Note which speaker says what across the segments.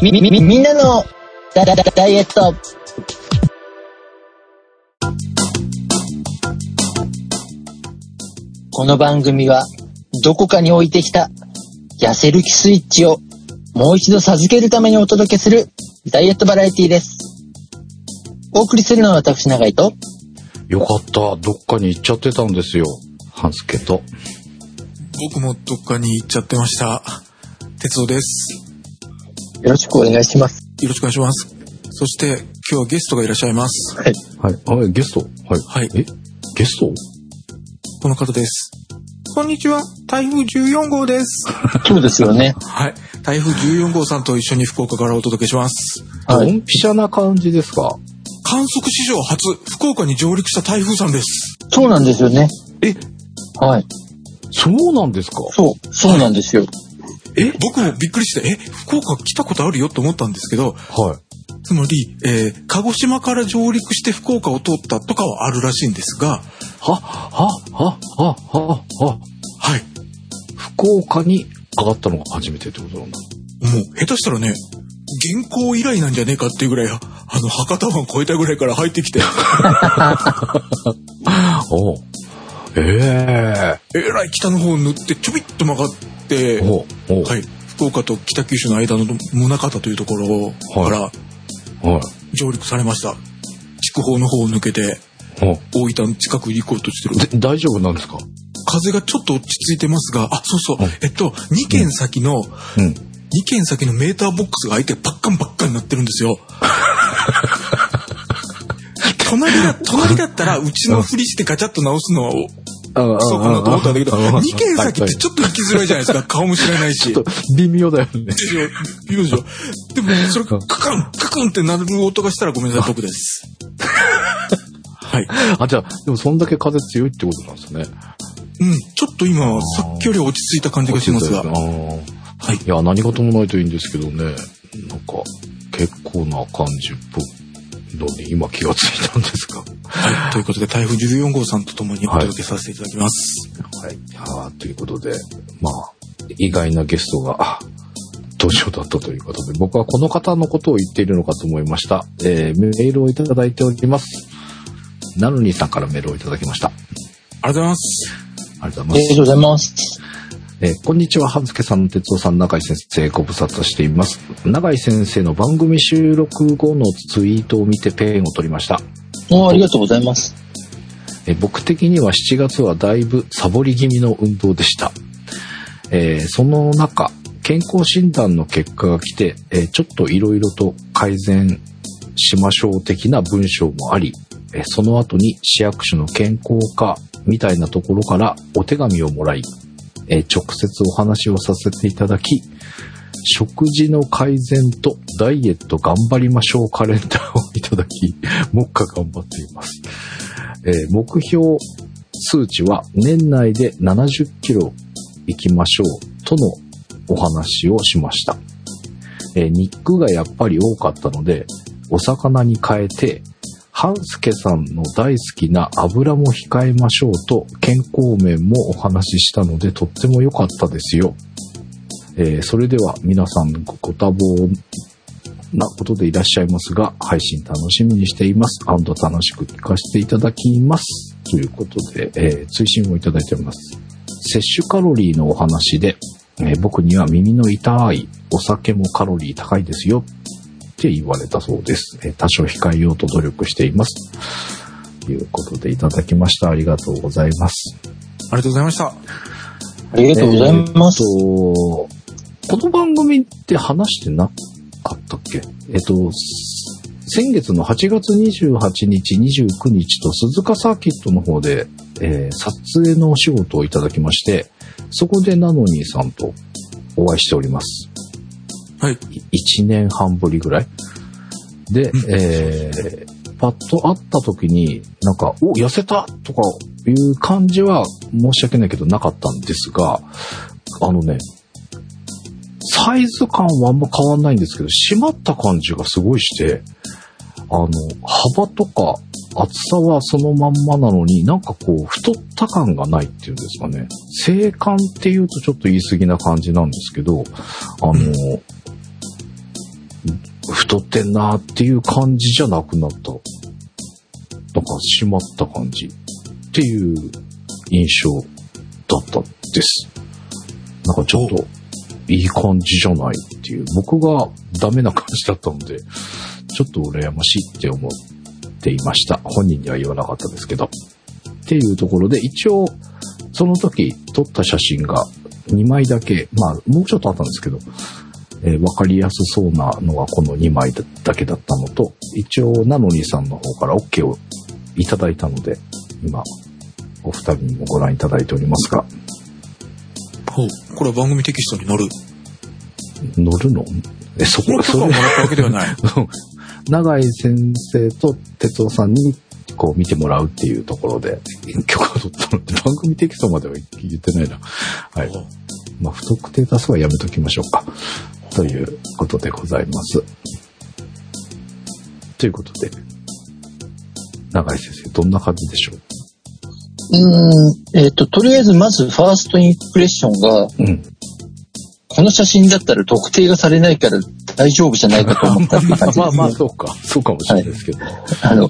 Speaker 1: み、み、み、みんなの、ダ、ダ、ダ、ダイエット。この番組は、どこかに置いてきた、痩せる気スイッチを、もう一度授けるためにお届けする、ダイエットバラエティです。お送りするのは私、永井と、
Speaker 2: よかった。どっかに行っちゃってたんですよ。半助と。
Speaker 3: 僕もどっかに行っちゃってました。哲夫です。
Speaker 1: よろしくお願いします。
Speaker 3: よろしくお願いします。そして、今日はゲストがいらっしゃいます。
Speaker 1: はい。
Speaker 2: はい。あ、えゲストはい。
Speaker 3: はい
Speaker 2: えゲスト
Speaker 3: この方です。こんにちは。台風14号です。
Speaker 1: そうですよね。
Speaker 3: はい。台風14号さんと一緒に福岡からお届けします。
Speaker 1: は
Speaker 2: ド
Speaker 1: い。
Speaker 2: ンピシャな感じですか
Speaker 3: 観測史上初、福岡に上陸した台風さんです。
Speaker 1: そうなんですよね。
Speaker 2: え
Speaker 1: はい。
Speaker 2: そうなんですか
Speaker 1: そう、そうなんですよ。
Speaker 3: え僕もびっくりして、え福岡来たことあるよと思ったんですけど、
Speaker 2: はい。
Speaker 3: つまり、えー鹿児島から上陸して福岡を通ったとかはあるらしいんですが、
Speaker 2: は、は、は、は、は、は、
Speaker 3: はい。
Speaker 2: 福岡に上がったのが初めてってことなんだ。
Speaker 3: もう、下手したらね、原稿以来なんじゃねえかっていうぐらい、あの、博多湾越えたぐらいから入っ てきて、
Speaker 2: おうえ
Speaker 3: えらい北の方を塗って、ちょびっと曲がって、
Speaker 2: え
Speaker 3: は
Speaker 2: おうおうはい。
Speaker 3: い、福岡と北九州の間の宗方というところから上陸されました。筑豊の方を抜けて、
Speaker 2: おう
Speaker 3: 大分の近くに行こうとしてる。
Speaker 2: で大丈夫なんですか
Speaker 3: 風がちょっと落ち着いてますが、あ、そうそう
Speaker 2: うん、
Speaker 3: えっと、2軒先の、
Speaker 2: うん。
Speaker 3: 2軒先のメーターボックスが開いてパッカンパッカンになってるんです よ。隣だ、隣だったら、うちのふりしてガチャッと直すのは、おクソかなと思ったんだけど、2軒先ってちょっと行きづらいじゃないですか。顔も知らないし。
Speaker 2: ちょっと微妙だよね。
Speaker 3: いやいるでしょ。でも、それ、カカン、カカンって鳴る音がしたらごめんなさい、僕です。はい。
Speaker 2: あ、じゃあ、でもそんだけ風強いってことなんですね。
Speaker 3: うん、ちょっと今、さっきより落ち着いた感じがしますが。
Speaker 2: あ
Speaker 3: は
Speaker 2: ー
Speaker 3: い。
Speaker 2: いや、何事もないといいんですけどね。なんか、結構な感じっぽいのに今気がついたんですが。
Speaker 3: はい。ということで、台風14号さんと共にお届けさせていただきます。
Speaker 2: はい。あーということで、まあ、意外なゲストが、登場だったということで、僕はこの方のことを言っているのかと思いました。えーメールをいただいております。ナルニーさんからメールをいただきました。
Speaker 3: ありがとうございます。
Speaker 2: ありがとう
Speaker 1: あ
Speaker 2: ございま
Speaker 1: り
Speaker 2: す
Speaker 1: が。とうございます。
Speaker 2: えーこんにちは、半助さん、哲夫さん、永井先生、ご無沙汰しています。永井先生の番組収録後のツイートを見てペンを取りました。
Speaker 1: おーありがとうございます。
Speaker 2: えー僕的には7月はだいぶサボり気味の運動でした。えーその中、健康診断の結果が来て、えーちょっといろいろと改善しましょう的な文章もあり、えーその後に市役所の健康課みたいなところからお手紙をもらい、えー直接お話をさせていただき、食事の改善とダイエット頑張りましょうカレンダーをいただき、目下頑張っています。えー目標数値は年内で70キロ行きましょうとのお話をしました。えー肉がやっぱり多かったので、お魚に変えて、半助さんの大好きな油も控えましょうと健康面もお話ししたのでとっても良かったですよ。えーそれでは皆さんごご多忙なことでいらっしゃいますが、配信楽しみにしています。アンド楽しく聞かせていただきます。ということで、えー追伸をいただいております。摂取カロリーのお話で、えー僕には耳の痛いお酒もカロリー高いですよって言われたそうです。えー多少控えようと努力しています。ということでいただきました。ありがとうございます。
Speaker 3: ありがとうございました。
Speaker 1: あり
Speaker 2: あ
Speaker 1: がとうございます。
Speaker 2: この番組って話してなかったっけえっと、先月の8月28日、29日と鈴鹿サーキットの方で、えー撮影のお仕事をいただきまして、そこでナノニーさんとお会いしております。
Speaker 3: はい。
Speaker 2: 1年半ぶりぐらい。 で、
Speaker 3: うん
Speaker 2: えーパッと会った時に、なんか、お、痩せたとかいう感じは申し訳ないけどなかったんですが、あのね、サイズ感はあんま変わんないんですけど、締まった感じがすごいして、あの、幅とか厚さはそのまんまなのに、なんかこう、太った感がないっていうんですかね。静感っていうとちょっと言い過ぎな感じなんですけど、あの、太ってんなっていう感じじゃなくなった。なんか締まった感じっていう印象だったです。なんかちょっといい感じじゃないっていう、僕がダメな感じだったので、ちょっと羨ましいって思っていました。本人には言わなかったですけど。っていうところで、一応、その時撮った写真が2枚だけ、まあ、もうちょっとあったんですけど、えーわかりやすそうなのがこの2枚だだけだったのと、一応、ナノリーさんの方から OK をいただいたので、今、お二人にもご覧いただいておりますが、
Speaker 3: ほう。これは番組テキストに載る。
Speaker 2: 乗るのえ、そ
Speaker 3: こ
Speaker 2: こ、
Speaker 3: の許
Speaker 2: そ
Speaker 3: 可を
Speaker 2: れ
Speaker 3: も、らったわけではない。
Speaker 2: 長井先生と哲夫さんに、こう見てもらうっていうところで、許可を取ったので、番組テキストまでは言ってないな。はい。まあ、不特定多数はやめときましょうか。ということでございます。ということで、長井先生、どんな感じでしょう
Speaker 1: うーん、えっ、と、とりあえずまずファーストインプレッションが、
Speaker 2: うん。
Speaker 1: この写真だったら特定がされないから大丈夫じゃないかと思ったって感じ
Speaker 2: ま
Speaker 1: です、ね。
Speaker 2: あまあ、そうか。そうかもしれないですけど。
Speaker 1: あの、
Speaker 2: う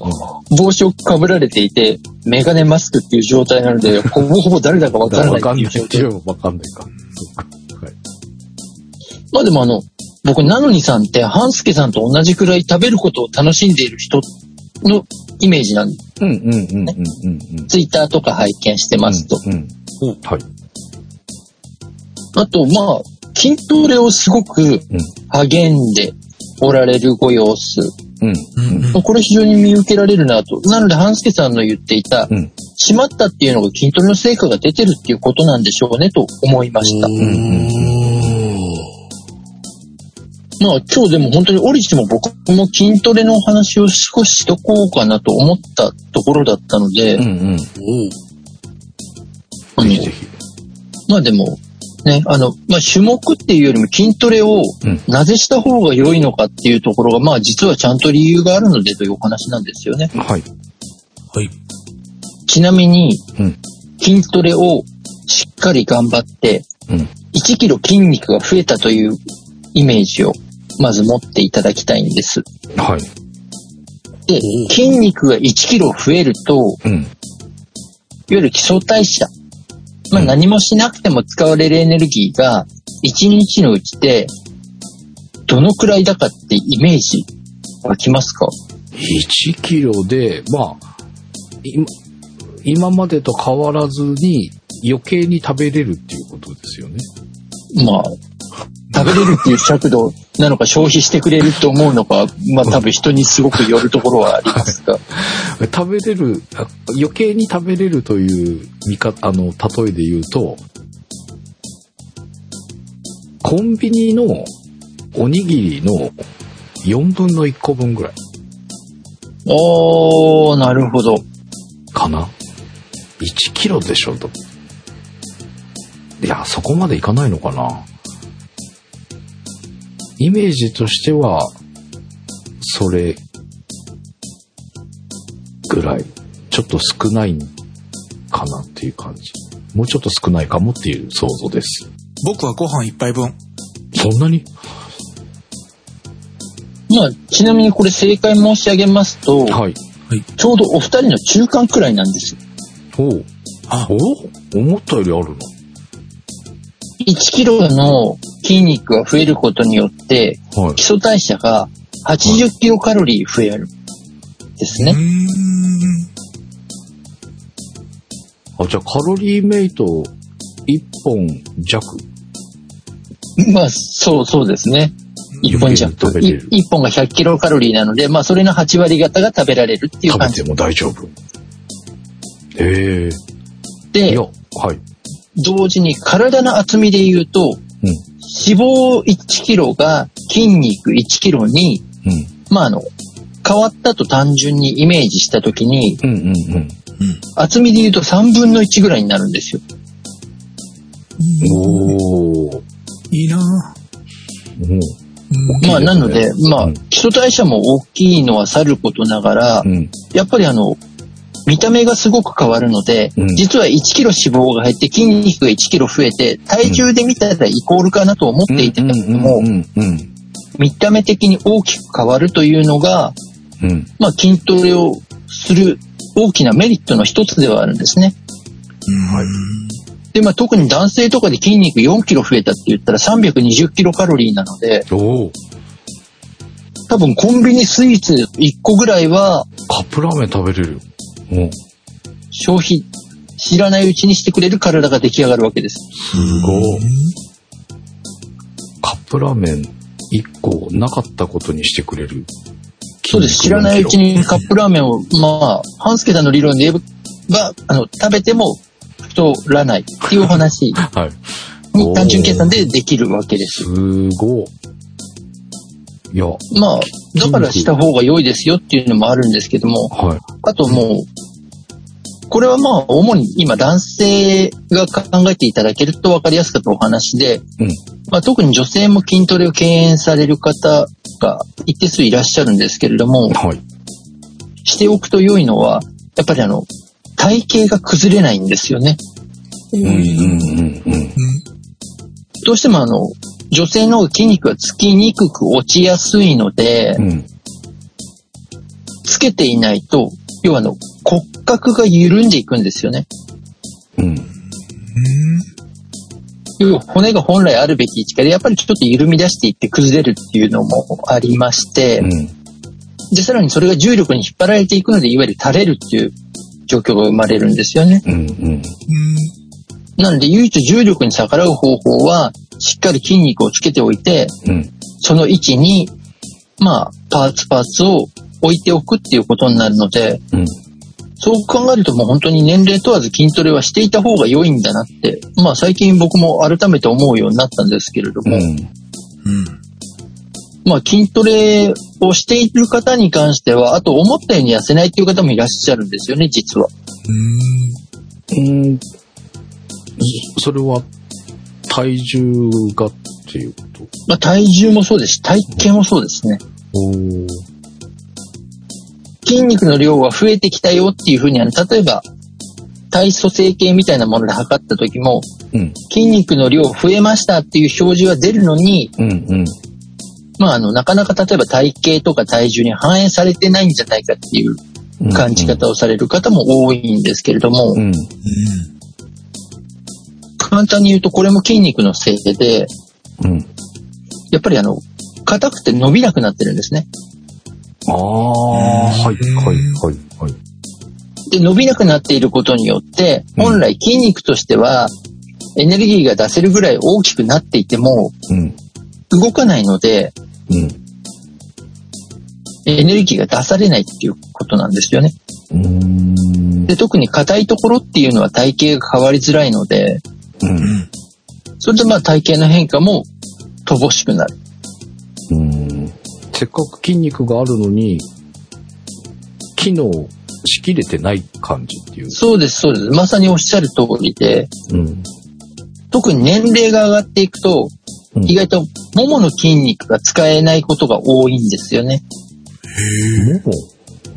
Speaker 1: 帽子をかぶられていて、メガネマスクっていう状態なので、ほぼほぼ誰だかわ
Speaker 2: ん
Speaker 1: か
Speaker 2: わからん
Speaker 1: ない
Speaker 2: ない
Speaker 1: っていう状
Speaker 2: って
Speaker 1: 態。
Speaker 2: いうのはわかんないか。そうか。はい。
Speaker 1: まあでもあの、僕、ナノニさんって、ハンスケさんと同じくらい食べることを楽しんでいる人のイメージなんで、
Speaker 2: うんうんうんうんうんうん。
Speaker 1: ツイッターとか拝見してますと。
Speaker 2: うん。うんはい。
Speaker 1: あと、まあ、筋トレをすごく励んでおられるご様子。
Speaker 2: うん。
Speaker 3: うんうん。
Speaker 1: これ非常に見受けられるなと。なので、ハンスケさんの言っていた、
Speaker 2: うん。
Speaker 1: 締まったっていうのが筋トレの成果が出てるっていうことなんでしょうねと思いました。まあ今日でも本当に折しも僕も筋トレのお話を少ししとこうかなと思ったところだったので、
Speaker 2: うんうん。ぜ
Speaker 1: あの
Speaker 2: ひぜひ。
Speaker 1: まあでも、ね、あの、まあ種目っていうよりも筋トレを
Speaker 2: うん
Speaker 1: なぜした方が良いのかっていうところが、まあ実はちゃんと理由があるのでというお話なんですよね。
Speaker 2: はい。
Speaker 3: はい。
Speaker 1: ちなみに
Speaker 2: うん、
Speaker 1: 筋トレをしっかり頑張って、
Speaker 2: うん。
Speaker 1: 1キロ筋肉が増えたというイメージをまず持っていただきたいんです。
Speaker 2: はい。
Speaker 1: で、筋肉が1キロ増えると、
Speaker 2: うん。
Speaker 1: いわゆる基礎代謝。まあ、
Speaker 2: うん
Speaker 1: 何もしなくても使われるエネルギーが、1日のうちで、どのくらいだかってイメージ湧きますか
Speaker 2: 1キロで、まあ、今今までと変わらずに余計に食べれるっていうことですよね。
Speaker 1: まあ、食べれるっていう尺度なのか消費してくれると思うのか、まあ多分人にすごくよるところはあります が。
Speaker 2: 食べれる、あ余計に食べれるという見方、あの、例えで言うと、コンビニのおにぎりの4分の1個分ぐらい
Speaker 1: おー、なるほど。
Speaker 2: かな。1キロでしょ、と。いや、そこまでいかないのかな。イメージとしては、それぐらい、ちょっと少ないかなっていう感じ。もうちょっと少ないかもっていう想像です。
Speaker 3: 僕はご飯一杯分。
Speaker 2: そんなに
Speaker 1: まあ、ちなみにこれ正解申し上げますと、
Speaker 2: はい。
Speaker 1: ちょうどお二人の中間くらいなんです。
Speaker 2: おう
Speaker 3: あ
Speaker 2: お思ったよりあるの。
Speaker 1: 1キロの筋肉が増えることによって、
Speaker 2: はい
Speaker 1: 基。礎代謝が80キロカロリー増えるんです
Speaker 3: う
Speaker 1: ね。
Speaker 3: ーん。
Speaker 2: あ、じゃあカロリーメイト1本弱。
Speaker 1: まあ、そう、そうですね。1本じゃ
Speaker 2: 余計に食べれる
Speaker 1: 1本が100キロカロリーなので、まあ、それの8割方が食べられるっていう感じ
Speaker 2: 食べても大丈夫。ええい
Speaker 1: で
Speaker 2: や、、はい。
Speaker 1: 同時に体の厚みで言うと、
Speaker 2: うん。
Speaker 1: 脂肪1キロが筋肉1キロに、
Speaker 2: うん。
Speaker 1: まあ、あの、変わったと単純にイメージしたときに、
Speaker 2: うんうんうん。
Speaker 1: 厚みで言うと3分の1ぐらいになるんですよ。
Speaker 3: お
Speaker 2: おー。
Speaker 3: いいな
Speaker 2: うん。
Speaker 3: う
Speaker 1: ま
Speaker 3: ん
Speaker 1: あ、
Speaker 2: いいですね
Speaker 1: なので、まあ
Speaker 2: うん、
Speaker 1: 基礎代謝も大きいのはさることながら、
Speaker 2: うん。
Speaker 1: やっぱりあの、見た目がすごく変わるので、
Speaker 2: うん
Speaker 1: 実は1キロ脂肪が減って筋肉が1キロ増えて、体重で見たらイコールかなと思っていても、
Speaker 2: うん。
Speaker 1: 見た目的に大きく変わるというのが、
Speaker 2: うん。
Speaker 1: まあ、筋トレをする大きなメリットの一つではあるんですね。
Speaker 3: はい。
Speaker 1: で、まあ、特に男性とかで筋肉4キロ増えたって言ったら320キロカロリーなので、
Speaker 2: おお
Speaker 1: 多分コンビニスイーツ1個ぐらいは
Speaker 2: カップラーメン食べれるよ。うん。
Speaker 1: 消費、知らないうちにしてくれる体が出来上がるわけです。
Speaker 3: す
Speaker 2: ごいカップラーメン1個なかったことにしてくれる。
Speaker 1: そうです。知らないうちにカップラーメンを、まあ、半助さんの理論で言えば、あの、食べても太らないっていうお話
Speaker 2: はい。
Speaker 1: に単純計算でできるわけです。
Speaker 2: すごい。いや、は
Speaker 1: まあ、だからした方が良いですよっていうのもあるんですけども、
Speaker 2: い。
Speaker 1: あともう、これはまあ、主に今男性が考えていただけると分かりやすかったお話で、
Speaker 2: うん
Speaker 1: まあ、特に女性も筋トレを敬遠される方が一定数いらっしゃるんですけれども、
Speaker 2: はい。
Speaker 1: しておくと良いのは、やっぱりあの、体型が崩れないんですよね。
Speaker 3: う
Speaker 2: うん
Speaker 3: ん。
Speaker 2: うんうんうん。
Speaker 1: どうしてもあの、女性の方が筋肉がつきにくく落ちやすいので、
Speaker 2: うん。
Speaker 1: つけていないと、要はあの、骨格が緩んでいくんですよね。
Speaker 2: うん。
Speaker 1: 要は骨が本来あるべき位置からやっぱりちょっと緩み出していって崩れるっていうのもありまして、
Speaker 2: うん。
Speaker 1: で、さらにそれが重力に引っ張られていくので、いわゆる垂れるっていう状況が生まれるんですよね。
Speaker 2: うん。うん。
Speaker 1: なので、唯一重力に逆らう方法は、しっかり筋肉をつけておいて、
Speaker 2: うん。
Speaker 1: その位置に、まあ、パーツパーツを置いておくっていうことになるので、
Speaker 2: うん。
Speaker 1: そう考えるともう本当に年齢問わず筋トレはしていた方が良いんだなって、まあ最近僕も改めて思うようになったんですけれど
Speaker 2: う
Speaker 1: も、
Speaker 2: ん。
Speaker 3: うん。
Speaker 1: まあ、筋トレをしている方に関しては、あと思ったように痩せないっていう方もいらっしゃるんですよね、実は。
Speaker 3: うん。
Speaker 2: うん。そそれは、体重がっていうこと
Speaker 1: まあ、体重もそうですし、体型もそうですね。
Speaker 2: おー
Speaker 1: 筋肉の量が増えてきたよっていうふうに、あの例えば、体組成計みたいなもので測った時も、
Speaker 2: うん。
Speaker 1: 筋肉の量増えましたっていう表示は出るのに、
Speaker 2: うん。うん。
Speaker 1: まあ、あの、なかなか例えば体型とか体重に反映されてないんじゃないかっていう
Speaker 2: うん
Speaker 1: 感じ。方をされる方も多いんですけれども
Speaker 2: う、ん。
Speaker 1: 簡単に言うとこれも筋肉のせいで、
Speaker 2: うん。
Speaker 1: やっぱりあの、硬くて伸びなくなってるんですね。
Speaker 2: ああ、はい、はい、はい、はい。
Speaker 1: で、伸びなくなっていることによって、
Speaker 2: うん
Speaker 1: 本来筋肉としては、エネルギーが出せるぐらい大きくなっていても、
Speaker 2: うん。
Speaker 1: 動かないので、
Speaker 2: うん。
Speaker 1: エネルギーが出されないっていうことなんですよね。
Speaker 2: うーん。
Speaker 1: で、特に硬いところっていうのは体型が変わりづらいので、
Speaker 2: うん。
Speaker 1: それでまあ体型の変化も乏しくなる。
Speaker 2: うん。せっかく筋肉があるのに、機能しきれてない感じっていう。
Speaker 1: そうです、そうです。まさにおっしゃる通りで、
Speaker 2: うん。
Speaker 1: 特に年齢が上がっていくと、
Speaker 2: うん
Speaker 1: 意外とももの筋肉が使えないことが多いんですよね。
Speaker 2: でも、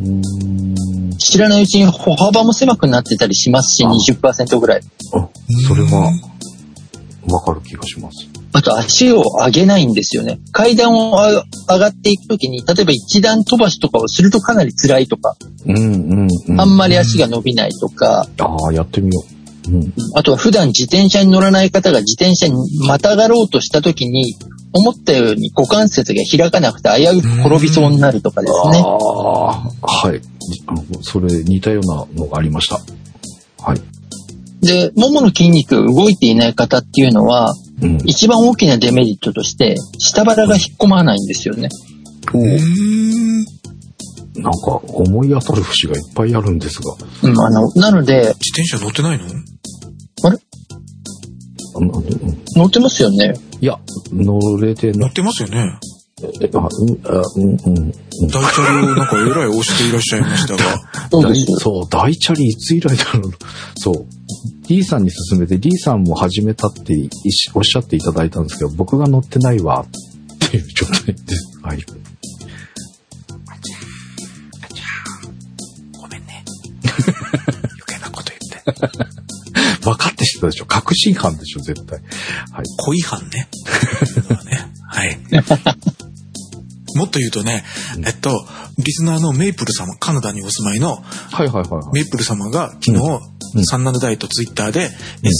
Speaker 2: うーん。
Speaker 1: 知らないうちに歩幅も狭くなってたりしますし、
Speaker 2: あ
Speaker 1: 20%ぐらい。
Speaker 2: あ、それは、わかる気がします。
Speaker 1: あと足を上げないんですよね。階段をあ上がっていくときに、例えば一段飛ばしとかをするとかなり辛いとか、
Speaker 2: うん、うん、うん。
Speaker 1: あんまり足が伸びないとか、
Speaker 2: ああ、やってみよう。うん。
Speaker 1: あとは普段自転車に乗らない方が自転車にまたがろうとしたときに、思ったように股関節が開かなくて危うく転びそうになるとかですね。
Speaker 2: ああ、はい。あのそれ、似たようなのがありました。はい。
Speaker 1: で、ももの筋肉が動いていない方っていうのは、
Speaker 2: うん。
Speaker 1: 一番大きなデメリットとして、下腹が引っ込まないんですよね。
Speaker 3: うん。
Speaker 2: なんか、思い当たる節がいっぱいあるんですが、
Speaker 1: うん、あの、なので、
Speaker 3: 自転車乗ってないの
Speaker 2: あのうんい
Speaker 1: 乗ってますよね。
Speaker 2: や、乗れて
Speaker 3: 乗
Speaker 2: な
Speaker 3: っ
Speaker 2: く
Speaker 3: てますよね。
Speaker 2: て、あ、うん、あうん、うん。
Speaker 3: 大チャリをなんかえらい押していらっしゃいましたが。
Speaker 1: そうで
Speaker 2: 大
Speaker 1: す。
Speaker 2: そう、大チャリいつ以来だろう。そう。D さんに勧めて、D さんも始めたっていおっしゃっていただいたんですけど、僕が乗ってないわ、っていう状態です。はい。
Speaker 3: ごめ んね。余計なこと言って。
Speaker 2: 分かってしてたでしょ確信 犯でしょ絶対。はい。
Speaker 3: 恋犯ね。ねはい。 もっと言うとね、えっと、リスナーのメイプル様、カナダにお住まいの
Speaker 2: はいはいはい。
Speaker 3: メイプル様が昨日、
Speaker 2: うん
Speaker 3: サンナルダイとツイッターで、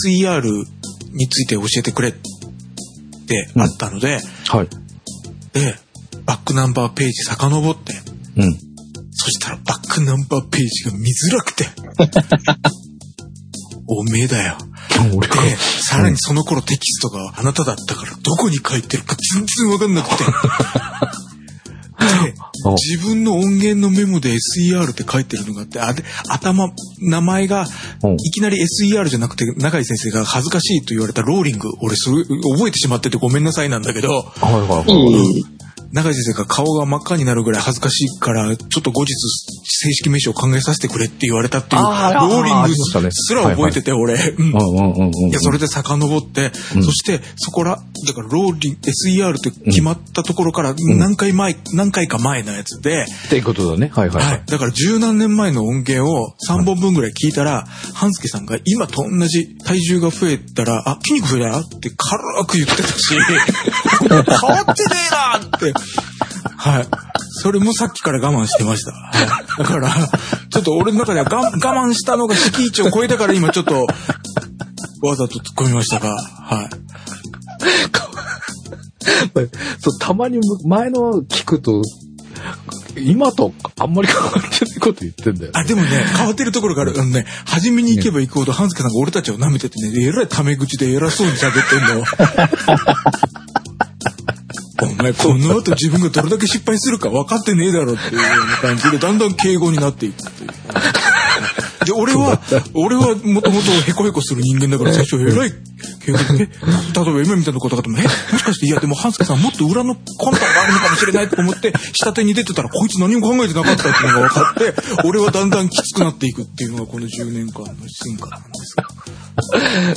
Speaker 3: SER について教えてくれってあったので、
Speaker 2: はい。
Speaker 3: で、バックナンバーページ遡って、
Speaker 2: うん。
Speaker 3: そしたらバックナンバーページが見づらく て。おめえだよ。
Speaker 2: 俺
Speaker 3: で、さらにその頃テキストがあなただったからどこに書いてるか全然わかんなくて。 で、
Speaker 2: あ
Speaker 3: 自分の音源のメモで SER って書いてるのがあって、あで頭、名前が
Speaker 2: うん
Speaker 3: いきなり SER じゃなくて、永井先生が恥ずかしいと言われたローリング、俺それ覚えてしまっててごめんなさいなんだけど、
Speaker 2: はいはい
Speaker 1: い
Speaker 2: はい。
Speaker 1: い
Speaker 3: 永井先生が顔が真っ赤になるぐらい恥ずかしいから、ちょっと後日正式名称を考えさせてくれって言われたっていう、ロ
Speaker 2: あーあー
Speaker 3: ーリン
Speaker 2: あり
Speaker 3: グ
Speaker 2: ましたね
Speaker 3: すら覚えてて、俺。うん
Speaker 2: うんうんうんうん。
Speaker 3: いや、それで遡って、
Speaker 2: うん
Speaker 3: そして、そこら、だから、ローリン、SER って決まったところから、何回前、何回か前のやつで、
Speaker 2: っていうことだね。はいはいは
Speaker 3: はいい。。だから、十何年前の音源を3本分ぐらい聞いたら、半助さんが、今と同じ体重が増えたら、あ、筋肉増えたって軽く言ってたし、 変わってねえなって。はい。それもさっきから我慢してました。はいだから、ちょっと俺の中では我我慢したのが敷地を超えたから今ちょっと、わざと突っ込みましたが、はい。
Speaker 2: そう、たまにむ前の聞くと、今とあんまり変わってないこと言ってんだよ。
Speaker 3: あ、でもね、変わってるところがある。あのね、初めに行けば行くほど、半助さんが俺たちを舐めててね、えらいタメ口で偉そうに喋ってんだよ。お前、この後自分がどれだけ失敗するか分かってねえだろっていうような感じで、だんだん敬語になっていくっていう。で、俺は、俺はもともとヘコヘコする人間だから最初えらい敬語で、え例えば今みたいなことがあっても、え、もしかして、いやでも半助さんもっと裏のコンタがあるのかもしれないと思って、下手に出てたらこいつ何も考えてなかったっていうのが分かって、俺はだんだんきつくなっていくっていうのがこの10年間の進化なんですけ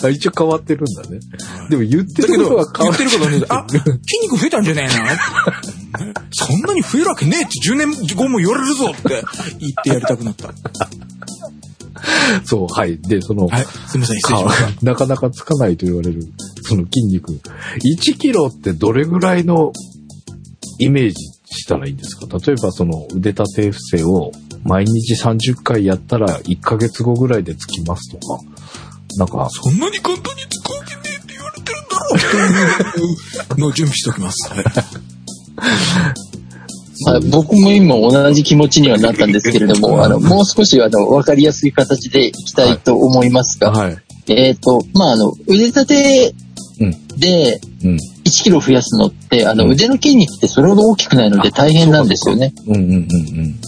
Speaker 3: ど
Speaker 2: あ一応変わってるんだね。でも言って
Speaker 3: だけ
Speaker 2: る ことは
Speaker 3: ど、
Speaker 2: 変
Speaker 3: 言
Speaker 2: わ
Speaker 3: っ
Speaker 2: っててる
Speaker 3: ることはね、あ、筋肉増えたんじゃねえな。そんなに増えるわけねえって10年後も言われるぞって言ってやりたくなった。は
Speaker 2: そう、はい。で、その、
Speaker 3: い。すみません、失礼しました。
Speaker 2: かなかなかつかないと言われる、その筋肉。1キロってどれぐらいのイメージしたらいいんですか例えばその腕立て伏せを毎日30回やったら1ヶ月後ぐらいでつきますとか。なんか、
Speaker 3: そんなに簡単に使うわけねえって言われてるんだろうのを準備しておきます。 はい
Speaker 1: あ僕も今同じ気持ちにはなったんですけれども、あの、もう少しあの、わかりやすい形でいきたいと思いますが、
Speaker 2: はい。
Speaker 1: えっ、と、まあ、あの、腕立てで
Speaker 2: うん。
Speaker 1: 1キロ増やすのって、あ
Speaker 2: う
Speaker 1: の、
Speaker 2: ん
Speaker 1: 腕の筋肉ってそれほど大きくないので大変なんですよね。
Speaker 2: うんうんうんうん。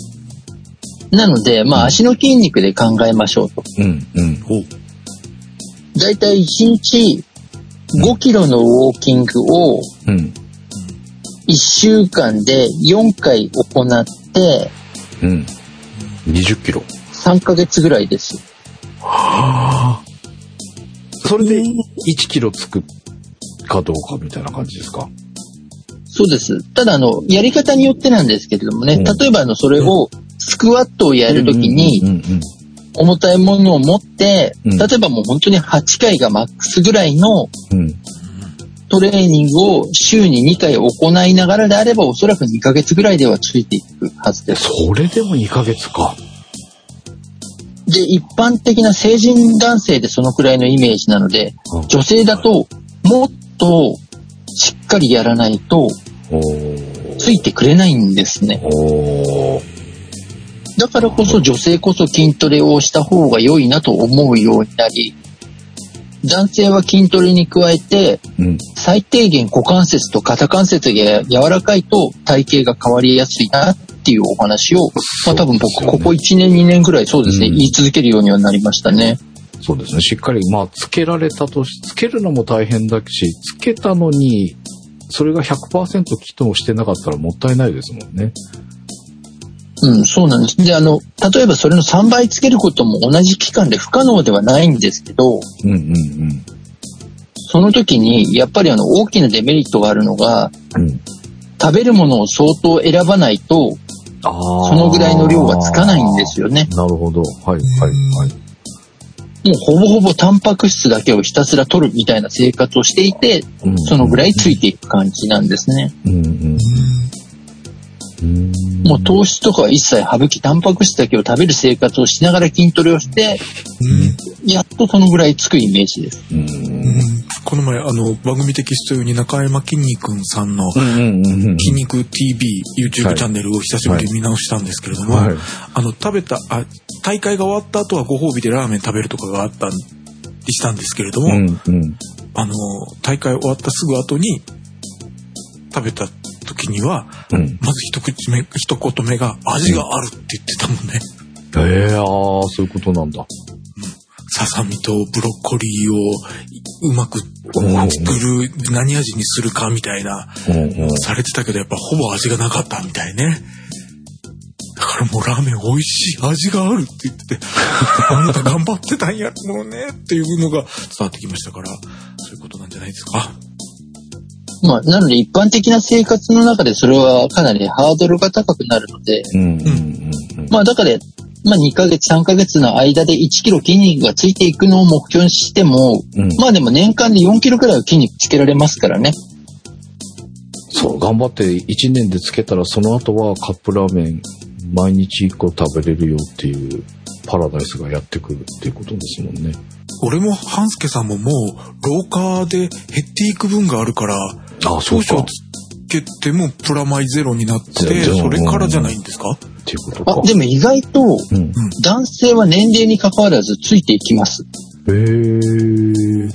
Speaker 1: なので、まあ、足の筋肉で考えましょうと。
Speaker 2: うんうん。
Speaker 1: だいたい1日5キロのウォーキングを
Speaker 2: うん。
Speaker 1: 1週間で4回行って、
Speaker 2: うん。20キロ。
Speaker 1: 3ヶ月ぐらいです。
Speaker 2: それで1キロつくかどうかみたいな感じですか
Speaker 1: そうです。ただ、あの、やり方によってなんですけれどもね、
Speaker 2: うん
Speaker 1: 例えば、あの、それを、スクワットをやるときに、
Speaker 2: うんうん
Speaker 1: 重たいものを持って、
Speaker 2: うん
Speaker 1: 例えばもう本当に8回がマックスぐらいの
Speaker 2: うん。うん。
Speaker 1: トレーニングを週に2回行いながらであれば、おそらく2ヶ月ぐらいではついていくはずです。
Speaker 2: それでも2ヶ月か。
Speaker 1: で、一般的な成人男性でそのくらいのイメージなので、
Speaker 2: うん
Speaker 1: 女性だと、もっと、しっかりやらないと、
Speaker 2: おー
Speaker 1: ついてくれないんですね。
Speaker 2: おー
Speaker 1: だからこそ女性こそ筋トレをした方が良いなと思うようになり、男性は筋トレに加えて、
Speaker 2: うん。
Speaker 1: 最低限股関節と肩関節が柔らかいと体型が変わりやすいなっていうお話を、まあ多分僕ここ1年2年ぐらいそうですね、
Speaker 2: うん
Speaker 1: 言い続けるようにはなりましたね。
Speaker 2: そうですね。しっかり、まあ、つけられたとし、つけるのも大変だし、つけたのに、それが100%機能してなかったらもったいないですもんね。
Speaker 1: うん、そうなんです。で、あの、例えばそれの3倍つけることも同じ期間で不可能ではないんですけど、
Speaker 2: うんうん
Speaker 1: その時にやっぱりあの大きなデメリットがあるのが、
Speaker 2: うん。うん。
Speaker 1: 食べるものを相当選ばないと、
Speaker 2: ああ
Speaker 1: そのぐらいの量はつかないんですよね。
Speaker 2: なるほど。はいはいはい。
Speaker 1: もうほぼほぼタンパク質だけをひたすら取るみたいな生活をしていて、
Speaker 2: うん
Speaker 1: そのぐらいついていく感じなんですね。
Speaker 2: うんうん。うん
Speaker 1: もう糖質とかは一切省き、タンパク質だけを食べる生活をしながら筋トレをして、
Speaker 3: うん。
Speaker 1: やっとそのぐらいつくイメージです。
Speaker 2: うん
Speaker 3: うんこの前、あの、番組テキスト用に中山きんに君さんの、
Speaker 2: うんうんうん
Speaker 3: 筋肉 TV YouTube チャンネルを久しぶりに見直したんですけれども、
Speaker 2: はいはい
Speaker 3: あの食べたあ大会が終わった後はご褒美でラーメン食べるとかがあったりしたんですけれども、
Speaker 2: うんうん
Speaker 3: あの大会終わったすぐ後に食べた時には
Speaker 2: うん
Speaker 3: まず一口目一言目が「味がある」って言ってたもんね。
Speaker 2: へえああそういうことなんだ
Speaker 3: ささみとブロッコリーをうまく作る何味にするかみたいな
Speaker 2: うんうん
Speaker 3: されてたけどやっぱほぼ味がなかったみたいね。だからもうラーメン美味しい味があるって言 ってて、あなた頑張ってたんやもうねっていうのが伝わってきましたから、そういうことなんじゃないですか。
Speaker 1: まあ、なので一般的な生活の中でそれはかなりハードルが高くなるので、
Speaker 2: うんうんうん
Speaker 1: まあだから、まあ2ヶ月、3ヶ月の間で1キロ筋肉がついていくのを目標にしても、
Speaker 2: うん
Speaker 1: まあでも年間で4キロくらいは筋肉つけられますからね。
Speaker 2: そう頑張って1年でつけたらその後はカップラーメン毎日1個食べれるよっていうパラダイスがやってくるっていうことですもんね
Speaker 3: 俺も半助さんももう老化で減っていく分があるから、
Speaker 2: あ
Speaker 3: 当初
Speaker 2: っ
Speaker 3: つけてもプラマイゼロになって、
Speaker 2: ゼロ
Speaker 3: それからじゃないんですか
Speaker 2: ていうことか
Speaker 1: あ、でも意外と
Speaker 2: うん
Speaker 1: 男性は年齢に関わらずついていきます。
Speaker 2: へえ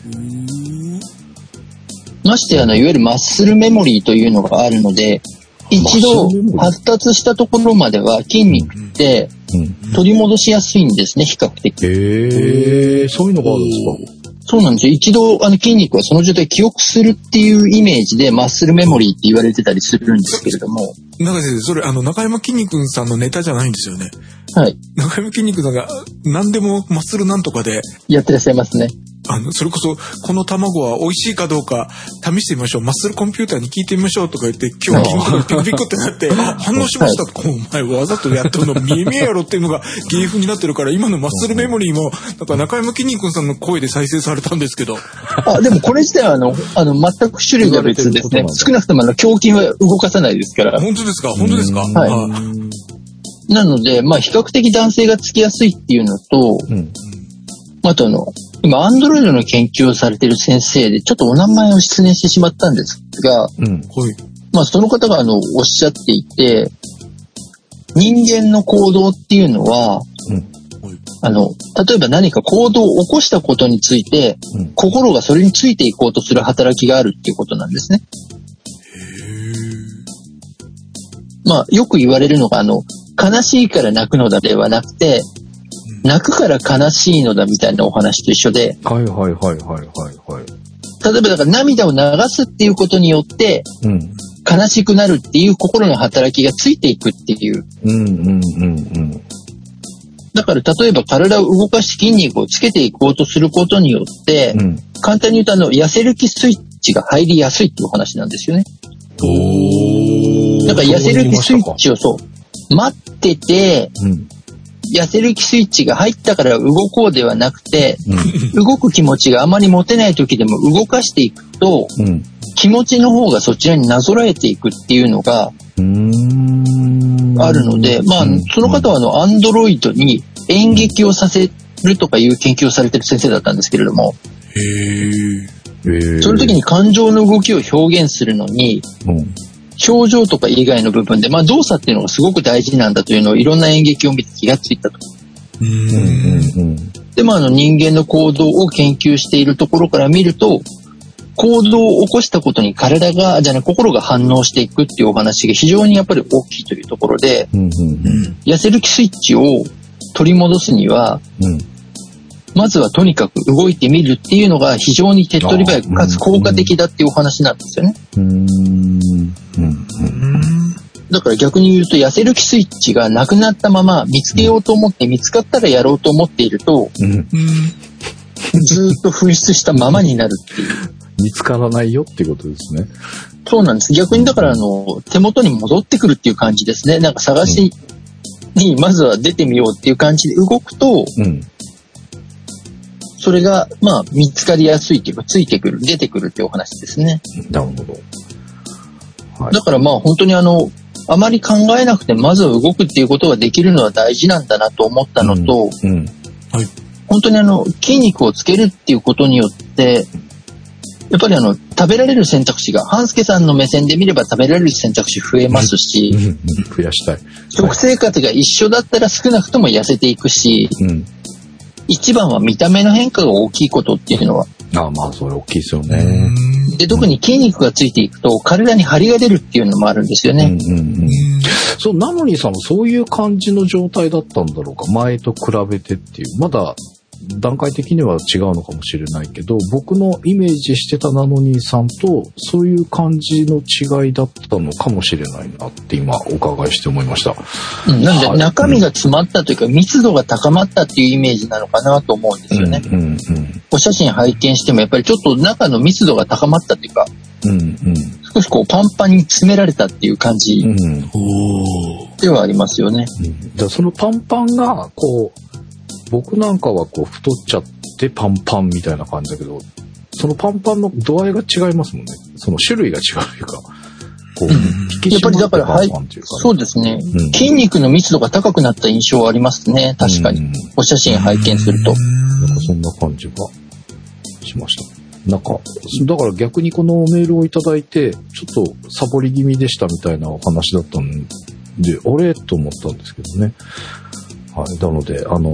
Speaker 1: ましてやあの、いわゆるマッスルメモリーというのがあるので、一
Speaker 2: マ
Speaker 1: 度
Speaker 2: ッスルメモリー
Speaker 1: 発達したところまでは筋肉って
Speaker 2: うん
Speaker 1: 取り戻しやすいんですね、比較的。
Speaker 2: へえそういうのがあるんですか
Speaker 1: そうなんですよ。一度あの筋肉はその状態を記憶するっていうイメージでマッスルメモリーって言われてたりするんですけれども、
Speaker 3: 中井先生、それあの中山きんに君さんのネタじゃないんですよね。
Speaker 1: はい。
Speaker 3: 中山きんに君さんが何でもマッスルなんとかで、
Speaker 1: やってらっしゃいますね。
Speaker 3: あの、それこそ、この卵は美味しいかどうか試してみましょう。マッスルコンピューターに聞いてみましょうとか言って、今日君ピクピクっ てなって、あ反応しましたとか、お前わざとやってるの見え見えやろっていうのが芸風になってるから、今のマッスルメモリーも、なんか中山きんに君さんの声で再生されたんですけど、
Speaker 1: あ、でもこれ自体はあの、あの、全く種類が別ですね
Speaker 2: 言われてることなん。だ
Speaker 1: 少なくともあの、胸筋は動かさないですから。
Speaker 3: 本当ですか本当ですか
Speaker 2: うん
Speaker 1: はい
Speaker 3: あ
Speaker 1: なので、まあ比較的男性がつきやすいっていうのと、
Speaker 2: うん
Speaker 1: あとあの、今、アンドロイドの研究をされてる先生で、ちょっとお名前を失念してしまったんですが、
Speaker 2: うん
Speaker 3: はい。
Speaker 1: まあその方があの、おっしゃっていて、人間の行動っていうのは、
Speaker 2: うん
Speaker 1: あの、例えば何か行動を起こしたことについて、
Speaker 2: うん
Speaker 1: 心がそれについていこうとする働きがあるっていうことなんですね。まあ、よく言われるのが、あの、悲しいから泣くのだではなくて、泣くから悲しいのだみたいなお話と一緒で、
Speaker 2: はいはいはいはいはいはい
Speaker 1: 例えばだから涙を流すっていうことによって、
Speaker 2: うん
Speaker 1: 悲しくなるっていう心の働きがついていくっていう。
Speaker 2: うんうんうんうん
Speaker 1: だから例えば体を動かし筋肉をつけていこうとすることによって、
Speaker 2: うん
Speaker 1: 簡単に言うとあの、痩せる気スイッチが入りやすいっていうお話なんですよね。
Speaker 2: お
Speaker 1: だから痩せる気スイッチをそう、待ってて、
Speaker 2: うん
Speaker 1: 痩せる気スイッチが入ったから動こうではなくて、
Speaker 2: う
Speaker 1: 動く気持ちがあまり持てない時でも動かしていくと、
Speaker 2: んうん
Speaker 1: 気持ちの方がそちらになぞらえていくっていうのが
Speaker 2: うーん
Speaker 1: あるので、まあ
Speaker 2: うん、
Speaker 1: その方はあの、アンドロイドに演劇をさせるとかいう研究をされてる先生だったんですけれども、
Speaker 3: へえ。
Speaker 1: その時に、感情の動きを表現するのに、
Speaker 2: うんうん
Speaker 1: 表情とか以外の部分で、まあ動作っていうのがすごく大事なんだというのをいろんな演劇を見て気がついたと。
Speaker 2: う
Speaker 3: う
Speaker 2: ん
Speaker 3: ん。
Speaker 2: うん
Speaker 1: で、まあ、あの人間の行動を研究しているところから見ると、行動を起こしたことに体が、じゃない、心が反応していくっていうお話が非常にやっぱり大きいというところで、
Speaker 2: うんうんうん
Speaker 1: 痩せる気スイッチを取り戻すには、
Speaker 2: うん
Speaker 1: まずはとにかく動いてみるっていうのが非常に手っ取り早くかつ効果的だっていうお話なんですよね。
Speaker 2: うーんうん
Speaker 3: うん
Speaker 1: だから逆に言うと痩せる気スイッチがなくなったまま見つけようと思って見つかったらやろうと思っていると
Speaker 2: うん
Speaker 3: うん
Speaker 1: ずーっと紛失したままになるっていう。
Speaker 2: 見つからないよってことですね。
Speaker 1: そうなんです。逆にだから、あの、手元に戻ってくるっていう感じですね。なんか探しに、まずは出てみようっていう感じで動くと、
Speaker 2: うん
Speaker 1: それが、まあ、見つかりやすいっていうか、ついてくる、出てくるっていうお話ですね。
Speaker 2: なるほど。はい
Speaker 1: だからまあ、本当にあの、あまり考えなくて、まずは動くっていうことができるのは大事なんだなと思ったのと、
Speaker 2: うん。
Speaker 3: はい。
Speaker 1: 本当にあの、筋肉をつけるっていうことによって、やっぱりあの、食べられる選択肢が、半助さんの目線で見れば食べられる選択肢増えますし
Speaker 2: う、ん増やしたい。
Speaker 1: 食生活が一緒だったら少なくとも痩せていくし、
Speaker 2: うん。
Speaker 1: 一番は見た目の変化が大きいことっていうのは。
Speaker 2: ああ、まあ、それ大きいですよ
Speaker 3: うー
Speaker 2: ね。
Speaker 3: ん
Speaker 1: で、特に筋肉がついていくと、体に張りが出るっていうのもあるんですよ
Speaker 2: う
Speaker 1: ね。
Speaker 2: んうんうん。そう、ナモニーさんもそういう感じの状態だったんだろうか。前と比べてっていう。まだ段階的には違うのかもしれないけど、僕のイメージしてたナノニーさんと、そういう感じの違いだったのかもしれないなって今お伺いして思いました。
Speaker 1: うんなん
Speaker 2: は
Speaker 1: で、
Speaker 2: い
Speaker 1: 中身が詰まったというか、密度が高まったっていうイメージなのかなと思うんですよね。
Speaker 2: うんうんうん。
Speaker 1: お写真拝見しても、やっぱりちょっと中の密度が高まったっていうか、
Speaker 2: うん
Speaker 1: 少しこうパンパンに詰められたっていう感
Speaker 2: う
Speaker 1: じ
Speaker 2: ん。うん。
Speaker 3: おー
Speaker 1: ではありますよね。
Speaker 2: うんだからそのパンパンが、こう、僕なんかはこう太っちゃってパンパンみたいな感じだけど、そのパンパンの度合いが違いますもんね。その種類が違うというか、こう、引き
Speaker 1: やっぱりだから、は
Speaker 2: パ
Speaker 1: い
Speaker 2: ンパンっていうか、ね、
Speaker 1: そうですね。
Speaker 2: うん
Speaker 1: 筋肉の密度が高くなった印象はありますね。確か
Speaker 2: う
Speaker 1: に。
Speaker 2: ん
Speaker 1: お写真拝見すると。
Speaker 2: なんかそんな感じがしました。なんか、だから逆にこのメールをいただいて、ちょっとサボり気味でしたみたいなお話だったんで、あれと思ったんですけどね。はい。なので、あの、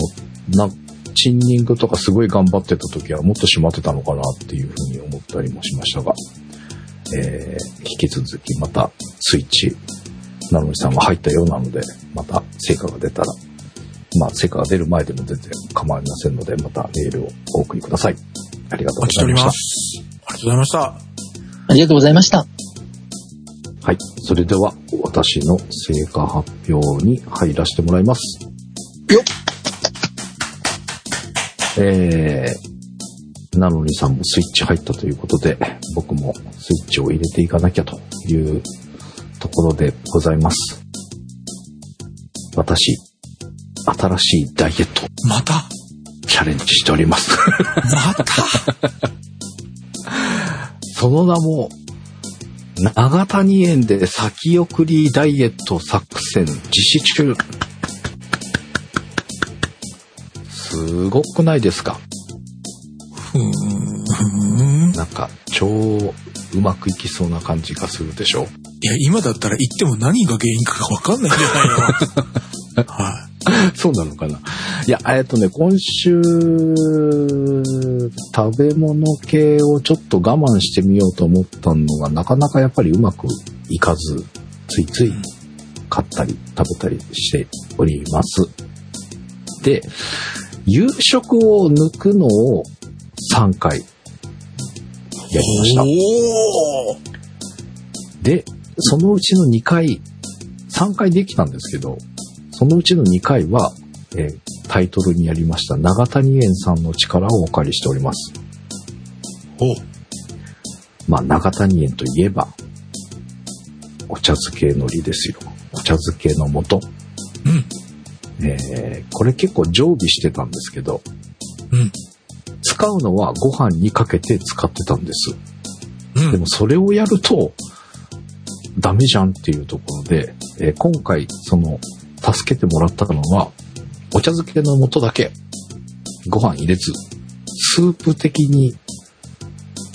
Speaker 2: な、チンニングとかすごい頑張ってた時はもっと締まってたのかなっていうふうに思ったりもしましたが、えー、引き続きまたスイッチ、なのりさんが入ったようなので、また成果が出たらまあ、成果が出る前でも全然構いませんので、またメールをお送りください。ありがとう
Speaker 3: お待
Speaker 2: ご
Speaker 3: ちして
Speaker 2: ざ
Speaker 3: お
Speaker 2: い
Speaker 3: り
Speaker 2: ました
Speaker 3: ま。す。ありがとうございました。
Speaker 1: ありがとうございました。
Speaker 2: はい。それでは、私の成果発表に入らせてもらいます。
Speaker 1: よっ
Speaker 2: えー、なのにさんもスイッチ入ったということで、僕もスイッチを入れていかなきゃというところでございます。私、新しいダイエットを
Speaker 3: また
Speaker 2: チャレンジしております。
Speaker 3: また
Speaker 2: その名も、長谷園で先送りダイエット作戦実施中。すごくないですか
Speaker 3: ふーん。
Speaker 2: なんか、超うまくいきそうな感じがするでしょ
Speaker 3: いや、今だったら言っても何が原因かがわかんないんじゃないのは
Speaker 2: そうなのかないや、えっとね、今週、食べ物系をちょっと我慢してみようと思ったのが、なかなかやっぱりうまくいかず、ついつい買ったり食べたりしております。で、夕食を抜くのを3回やりました。
Speaker 3: い。おー
Speaker 2: で、そのうちの2回、3回できたんですけど、そのうちの2回は、えータイトルにありました長谷園さんの力をお借りしております。
Speaker 3: お
Speaker 2: まあ、長谷園といえば、お茶漬け海苔ですよ。お茶漬けの素。
Speaker 3: うん。
Speaker 2: えーこれ結構常備してたんですけど、
Speaker 3: うん。
Speaker 2: 使うのはご飯にかけて使ってたんです。
Speaker 3: うん。
Speaker 2: でもそれをやると、ダメじゃんっていうところで、えー今回、その、助けてもらったのは、お茶漬けの素だけ、ご飯入れず、スープ的に、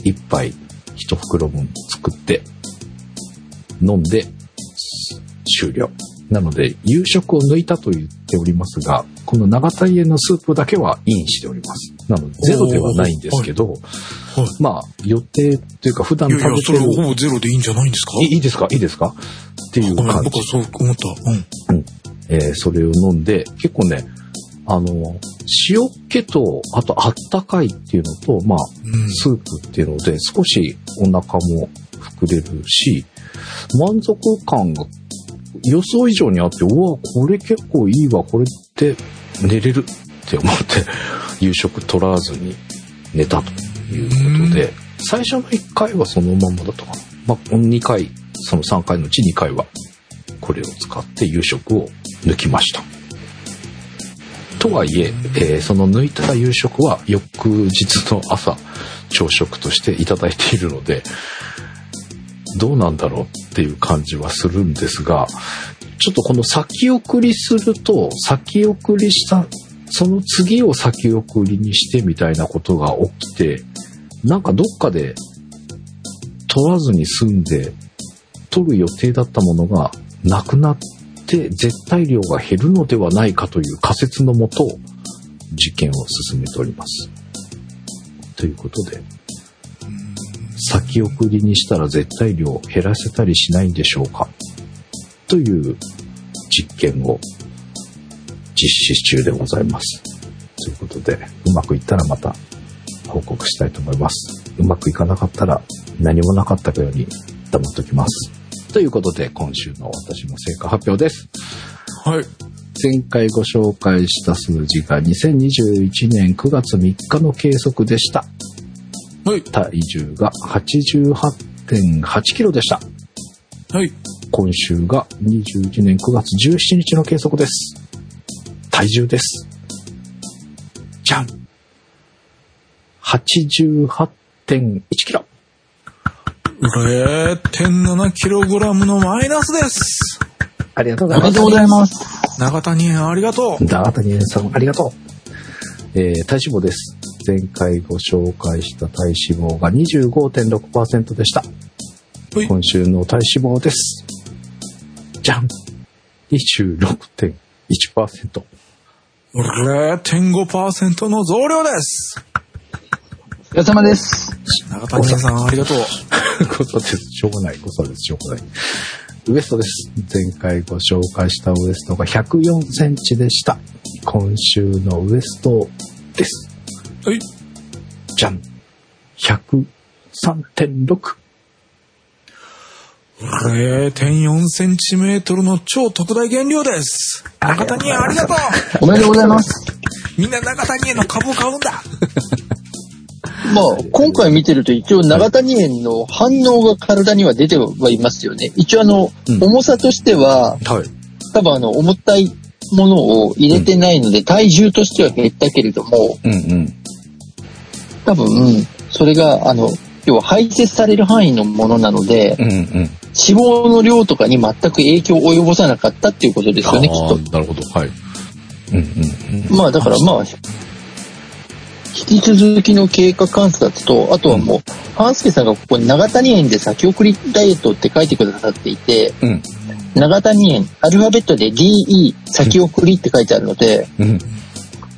Speaker 2: 一杯、一袋分作って、飲んで、終了。なので、夕食を抜いたと言っておりますが、この長田家のスープだけはインしております。なので、ゼロではないんですけど、
Speaker 3: はい。
Speaker 2: まあ、予定というか、普段
Speaker 3: いや
Speaker 2: 食
Speaker 3: いや、そ
Speaker 2: べ
Speaker 3: れ
Speaker 2: て
Speaker 3: ほ
Speaker 2: る。
Speaker 3: ぼゼロでいいんじゃないんですか
Speaker 2: いいいですかいいですかっていう
Speaker 3: ごめん、
Speaker 2: 感じ
Speaker 3: 僕。はそう思った。うん。
Speaker 2: えーそれを飲んで、結構ね、あの、塩気と、あとあったかいっていうのと、まあ、
Speaker 3: うん。
Speaker 2: スープっていうので、少しお腹も膨れるし、満足感が予想以上にあって、うわ、これ結構いいわ、これって寝れるって思って、夕食取らずに寝たということで、最初の1回はそのまんまだったかな。まあ、2回、その3回のうち2回は、これを使って夕食を抜きました。とはいえ、えーその抜いた夕食は翌日の朝朝食としていただいているのでどうなんだろうっていう感じはするんですが、ちょっとこの先送りすると、先送りした、その次を先送りにしてみたいなことが起きて、なんかどっかで取らずに済んで、取る予定だったものがなくなって、絶対量が減るのではないかという仮説のもと、実験を進めております。ということで、先送りにしたら絶対量を減らせたりしないんでしょうかという実験を実施中でございます。ということで、うまくいったらまた報告したいと思います。うまくいかなかったら何もなかったように黙っときます。ということで、今週の私の成果発表です。
Speaker 3: はい。
Speaker 2: 前回ご紹介した数字が2021年9月3日の計測でした。
Speaker 3: はい。
Speaker 2: 体重が88.8キロでした。
Speaker 3: はい。
Speaker 2: 今週が21年9月17日の計測です。体重です。じゃん !88.1 キロ
Speaker 3: 0.7kg のマイナスです。
Speaker 2: ありがとうご
Speaker 1: おめでとうございます。
Speaker 3: 長谷ありがとう。
Speaker 2: 長谷園さん、ありがとう。えー体脂肪です。前回ご紹介した体脂肪が25.6%でした。
Speaker 3: はい
Speaker 2: 今週の体脂肪です。じゃん !26.1%。
Speaker 3: 0.5%の増量です。
Speaker 1: お疲れ様です。
Speaker 3: 長谷さんありがとう。
Speaker 2: 誤差です。しょうがない。誤差です。しょうがない。ウエストです。前回ご紹介したウエストが104センチでした。今週のウエストです。
Speaker 3: はい。
Speaker 2: じゃん !103.6。
Speaker 3: 0.4cm の超特大減量です。長谷ありがとう。
Speaker 1: おめでとうございます。
Speaker 3: みんな長谷への株を買うんだ。
Speaker 1: まあ、今回見てると一応長谷園の反応が体には出てはいますよね。一応あの、
Speaker 2: うん
Speaker 1: 重さとしては、
Speaker 2: はい。
Speaker 1: 多分あの、重たいものを入れてないので、体重としては減ったけれども、
Speaker 2: うんうん。
Speaker 1: 多分、うんそれが、あの、要は排泄される範囲のものなので、
Speaker 2: うんうん。
Speaker 1: 脂肪の量とかに全く影響を及ぼさなかったっていうことですよね、きっと。
Speaker 2: あーなるほど。はい。うんうん
Speaker 1: まあだからまあ、引き続きの経過観察と、あとはもう、半助さんがここに長谷園で先送りダイエットって書いてくださっていて、
Speaker 2: うん。うん。
Speaker 1: 長谷園、アルファベットで DE 先送りって書いてあるので、
Speaker 2: うん。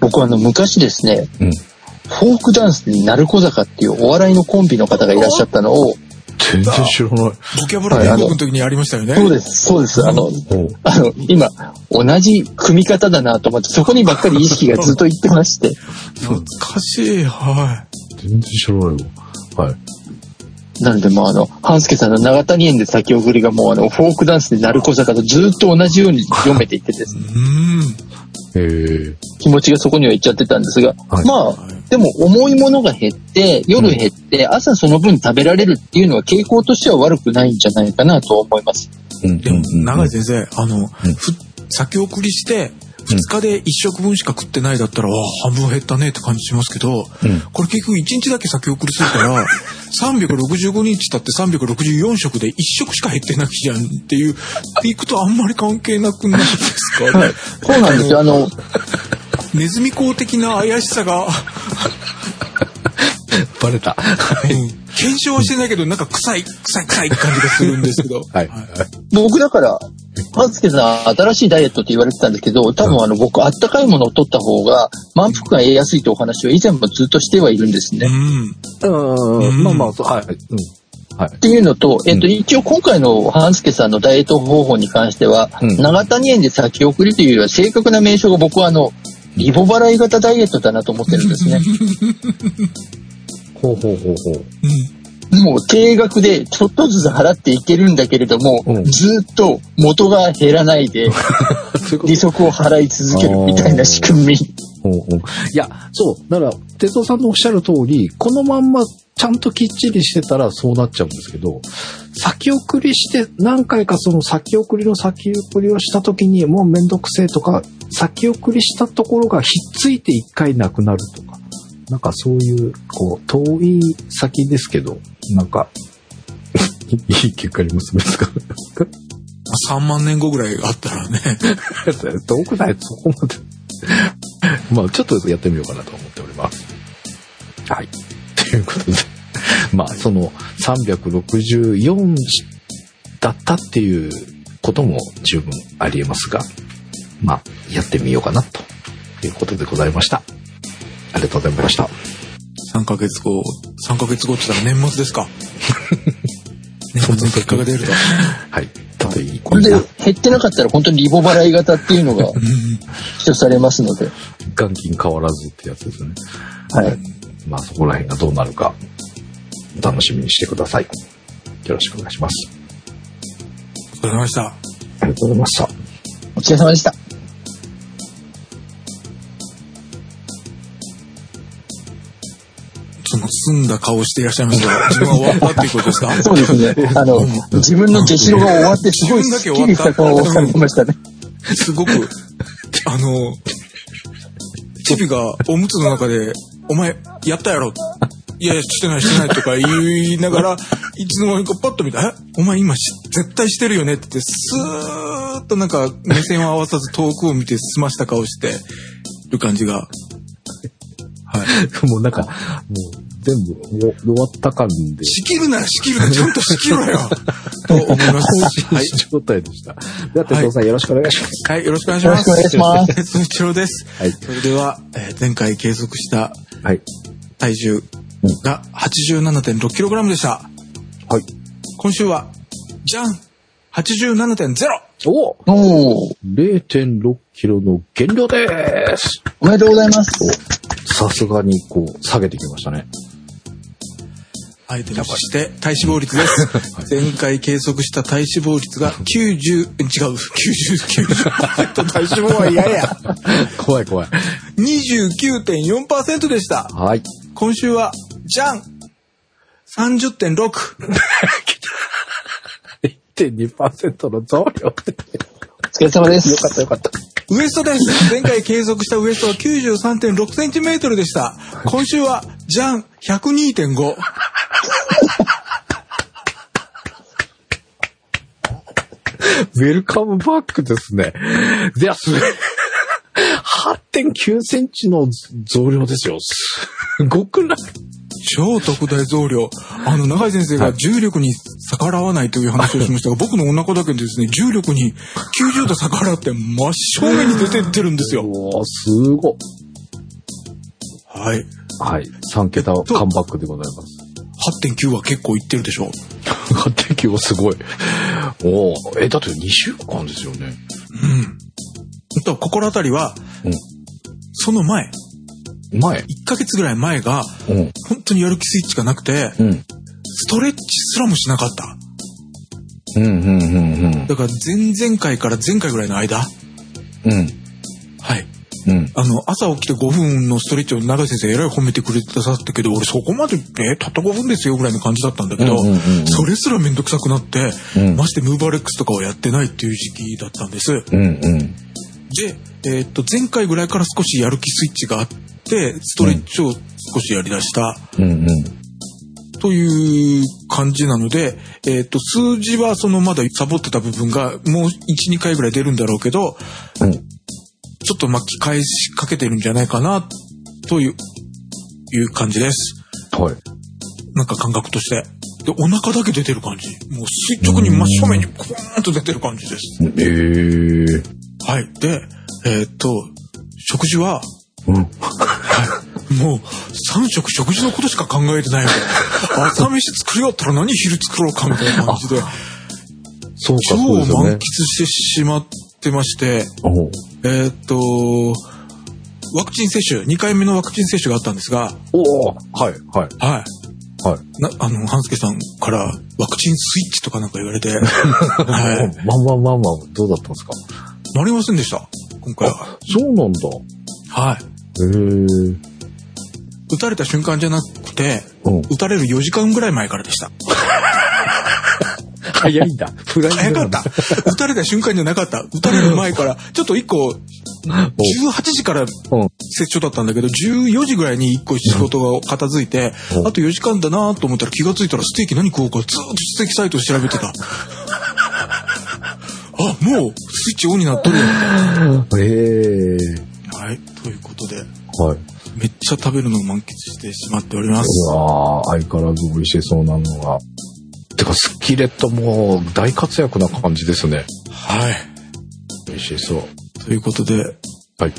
Speaker 1: 僕はあの昔ですね、
Speaker 2: うん。
Speaker 1: フォークダンスに鳴子坂っていうお笑いのコンビの方がいらっしゃったのを、
Speaker 2: 全然知らない。
Speaker 3: ボキャブラ天国の時にやりましたよね。
Speaker 1: そうです、そうです、あの、
Speaker 2: おう
Speaker 1: あの、今、同じ組み方だなと思って、そこにばっかり意識がずっといってまして、
Speaker 3: 懐かしい。は
Speaker 2: 全然知らないわ。はい。
Speaker 1: なので、まあ、あの、半助さんの長谷園で先送りがもう、あの、フォークダンスで鳴子坂とずっと同じように読めていってです
Speaker 3: い。
Speaker 1: ね、
Speaker 3: うん。
Speaker 2: えー。
Speaker 1: 気持ちがそこには行っちゃってたんですが、
Speaker 2: はい
Speaker 1: まあ、でも、重いものが減って、夜減って、朝その分食べられるっていうのは傾向としては悪くないんじゃないかなと思います。
Speaker 2: うん
Speaker 3: でも、長井先生、あの、
Speaker 2: うん
Speaker 3: ふ先送りして、2日で1食分しか食ってないだったら、わあ半分減ったねって感じしますけど、
Speaker 2: うん
Speaker 3: これ結局1日だけ先送りする から、365日経って364食で1食しか減ってないじゃんっていう、っていくとあんまり関係なくないですか、ね
Speaker 1: そうなんですよ。あの、
Speaker 3: ネズミ公的な怪しさが、
Speaker 2: バレた。は
Speaker 3: うん検証はしてないけど、なんか臭い、臭い、臭いって感じがするんです けど。
Speaker 2: はい。
Speaker 1: 僕だから、半助さん、新しいダイエットって言われてたんですけど、多分あの、僕、あったかいものを取った方が、満腹感得やすいというお話を以前もずっとしてはいるんですね。
Speaker 3: うん。
Speaker 2: うん。まあまあ、そうはい。うん。はい
Speaker 1: っ。ていうのと、えっと、
Speaker 2: うん
Speaker 1: 一応今回の半助さんのダイエット方法に関しては、
Speaker 2: うん
Speaker 1: 長谷園で先送りというよりは正確な名称が僕はあの、リボ払い型ダイエットだなと思ってるんですね。
Speaker 2: ほうほうほうほう。
Speaker 3: うん。
Speaker 1: もう定額でちょっとずつ払っていけるんだけれども、
Speaker 2: うん
Speaker 1: ずっと元が減らないで、
Speaker 2: そういうこと
Speaker 1: 利息を払い続けるみたいな仕組み。
Speaker 2: うんうんいや、そう。だから、哲夫さんのおっしゃる通り、このまんまちゃんときっちりしてたらそうなっちゃうんですけど、先送りして、何回かその先送りの先送りをした時に、もうめんどくせえとか、先送りしたところがひっついて一回なくなるとか、なんかそういう、こう、遠い先ですけど、なんか、 いい結果に結びつかな
Speaker 3: 3万年後ぐらいあったらね。
Speaker 2: かった。遠くないそこまで。まあ、ちょっとやってみようかなと思っております。はい。ということで、まあ、その364だったっていうことも十分ありえますが、まあ、やってみようかなということでございました。ありがとうございました。
Speaker 3: 3ヶ月後、3ヶ月後って言ったら年末で すか。年末の結果が出ると。
Speaker 2: はい。たとえいい
Speaker 1: これで
Speaker 2: な
Speaker 1: 減ってなかったら本当にリボ払い型っていうのが
Speaker 3: うん
Speaker 1: 主張されますので、
Speaker 2: 元金変わらずってやつですね。
Speaker 1: はい。
Speaker 2: まあそこら辺がどうなるか、お楽しみにしてください。よろしくお願いします。
Speaker 3: お疲れ様でした。
Speaker 2: ありがとうございました。
Speaker 1: お疲れ様でした。
Speaker 3: その澄んだ顔していらっしゃいますが、自分は終わったっていうことですか
Speaker 1: そうです ね。あの、自分の下白が終わって、すごいスッキリした顔をされてましたね。
Speaker 3: すごく、あの、チビがおむつの中で、お前、やったやろ。いやいや、してないしてないとか言いながら、いつの間にかパッと見たら、えお前今し絶対してるよねって言って、スーッとなんか目線を合わさず遠くを見て済ました顔してる感じが。はい。
Speaker 2: もうなんか、もう全部お終わった感で、
Speaker 3: 仕切るなら仕切るな、ちゃんと仕切 ろよ。と思います。はい。
Speaker 2: 心状態でした。では、哲夫さんよろしくお願いします。
Speaker 3: はい、よろしくお願いし
Speaker 1: よろ
Speaker 3: ま
Speaker 1: し
Speaker 3: す。
Speaker 1: くお願いします。
Speaker 3: 鉄の一郎です。
Speaker 2: はい
Speaker 3: それでは、えー前回計測した
Speaker 2: はい。
Speaker 3: 体重が 87.6kg でした。
Speaker 2: はい。
Speaker 3: 今週は、じゃん !87.0!
Speaker 2: おお
Speaker 1: おお
Speaker 2: !0.6 キロの減量です
Speaker 1: おめでとうございます。
Speaker 2: さすがにこう、下げてきましたね。
Speaker 3: アイテムとして体脂肪率 です。前回計測した体脂肪率が90、違う、90、90%体脂肪は嫌 や。
Speaker 2: 怖い怖い。
Speaker 3: 29.4%でした。
Speaker 2: はい。
Speaker 3: 今週は、じゃん !30.6!
Speaker 2: 1.2%の増量って。
Speaker 1: お疲れ様です。よか
Speaker 2: よかった。
Speaker 3: ウエストです。前回計測したウエストは93.6センチメートルでした。今週は、じゃん、102.5。
Speaker 2: ウェルカムバックですね。では、すごい。8.9センチの増量ですよ。すごくない
Speaker 3: 超特大増量。あの、長井先生が重力に逆らわないという話をしましたが、僕のお腹だけですね、重力に90度逆らって真正面に出てってるんですよ。
Speaker 2: おー、すご。
Speaker 3: はい。
Speaker 2: はい。3桁カムバックでございます。
Speaker 3: 8.9は結構いってるでしょう。
Speaker 2: 8.9はすごい。おお、え、だって2週間ですよね。
Speaker 3: うん。と、心当たりは、
Speaker 2: うん
Speaker 3: その前、
Speaker 2: 前。
Speaker 3: 1ヶ月ぐらい前が、
Speaker 2: うん。
Speaker 3: 本当にやる気スイッチがなくて、
Speaker 2: うん。
Speaker 3: ストレッチすらもしなかった。
Speaker 2: うん、うん、うん、うん。
Speaker 3: だから前々回から前回ぐらいの間、
Speaker 2: うん。
Speaker 3: はい。
Speaker 2: うん。
Speaker 3: あの、朝起きて5分のストレッチを長井先生偉い褒めてくれてくださったけど、俺そこまで、え、たった5分ですよぐらいの感じだったんだけど、
Speaker 2: うんうんうんうん
Speaker 3: それすらめんどくさくなって、
Speaker 2: うん
Speaker 3: ましてムーバーレックスとかをやってないっていう時期だったんです。
Speaker 2: うん、うん。
Speaker 3: で、えーっと、前回ぐらいから少しやる気スイッチがあって、ストレッチを少しやりだした
Speaker 2: うん、うん。
Speaker 3: という感じなので、えーっと、数字はそのまだサボってた部分がもう1、2回ぐらい出るんだろうけど、
Speaker 2: うん。
Speaker 3: ちょっと巻き返しかけてるんじゃないかな、という、いう感じです。
Speaker 2: はい。
Speaker 3: なんか感覚として。で、お腹だけ出てる感じ。もう垂直に真正面にコーンと出てる感じです。
Speaker 2: えー。
Speaker 3: はい。で、えーっと、食事は、
Speaker 2: うん。
Speaker 3: もう、3食食事のことしか考えてないの。 朝飯作り終わったら何昼作ろうかみたいな感じで、
Speaker 2: そうか、
Speaker 3: 超
Speaker 2: そうですよ
Speaker 3: 満
Speaker 2: ね
Speaker 3: 喫。してしまってまして、
Speaker 2: おう
Speaker 3: えーっと、ワクチン接種、2回目のワクチン接種があったんですが、
Speaker 2: おーはい、はい、
Speaker 3: はい。
Speaker 2: はい。
Speaker 3: な、あの、半助さんから、ワクチンスイッチとかなんか言われて、 はい。
Speaker 2: ワンワンワンワン、どうだったんですか
Speaker 3: なりませんでした、今回は。
Speaker 2: そうなんだ。
Speaker 3: はい。
Speaker 2: へえ。
Speaker 3: 打たれた瞬間じゃなくて、
Speaker 2: うん。
Speaker 3: 打たれる4時間ぐらい前からでした。
Speaker 2: 早いんだ。フライング
Speaker 3: 早か
Speaker 2: な
Speaker 3: っ
Speaker 2: ん
Speaker 3: た
Speaker 2: だ。
Speaker 3: 打たれた瞬間じゃなかった。打たれる前から、ちょっと一個、 18時から
Speaker 2: うん。
Speaker 3: 接触だったんだけど、14時ぐらいに1個仕事が片付いて
Speaker 2: う、ん
Speaker 3: あと4時間だなと思ったら気がついたらステーキ何食おうかずーっとステーキサイト調べてた。あ、もうスイッチオンになっとるやん
Speaker 2: ええ
Speaker 3: はい。ということで、
Speaker 2: はい。
Speaker 3: めっちゃ食べるのを満喫してしまっております。
Speaker 2: うわー相変わらず美味しそうなのが。てか、スキレットも大活躍な感じですね。
Speaker 3: はい。
Speaker 2: 美味しそう。
Speaker 3: ということで、
Speaker 2: はい。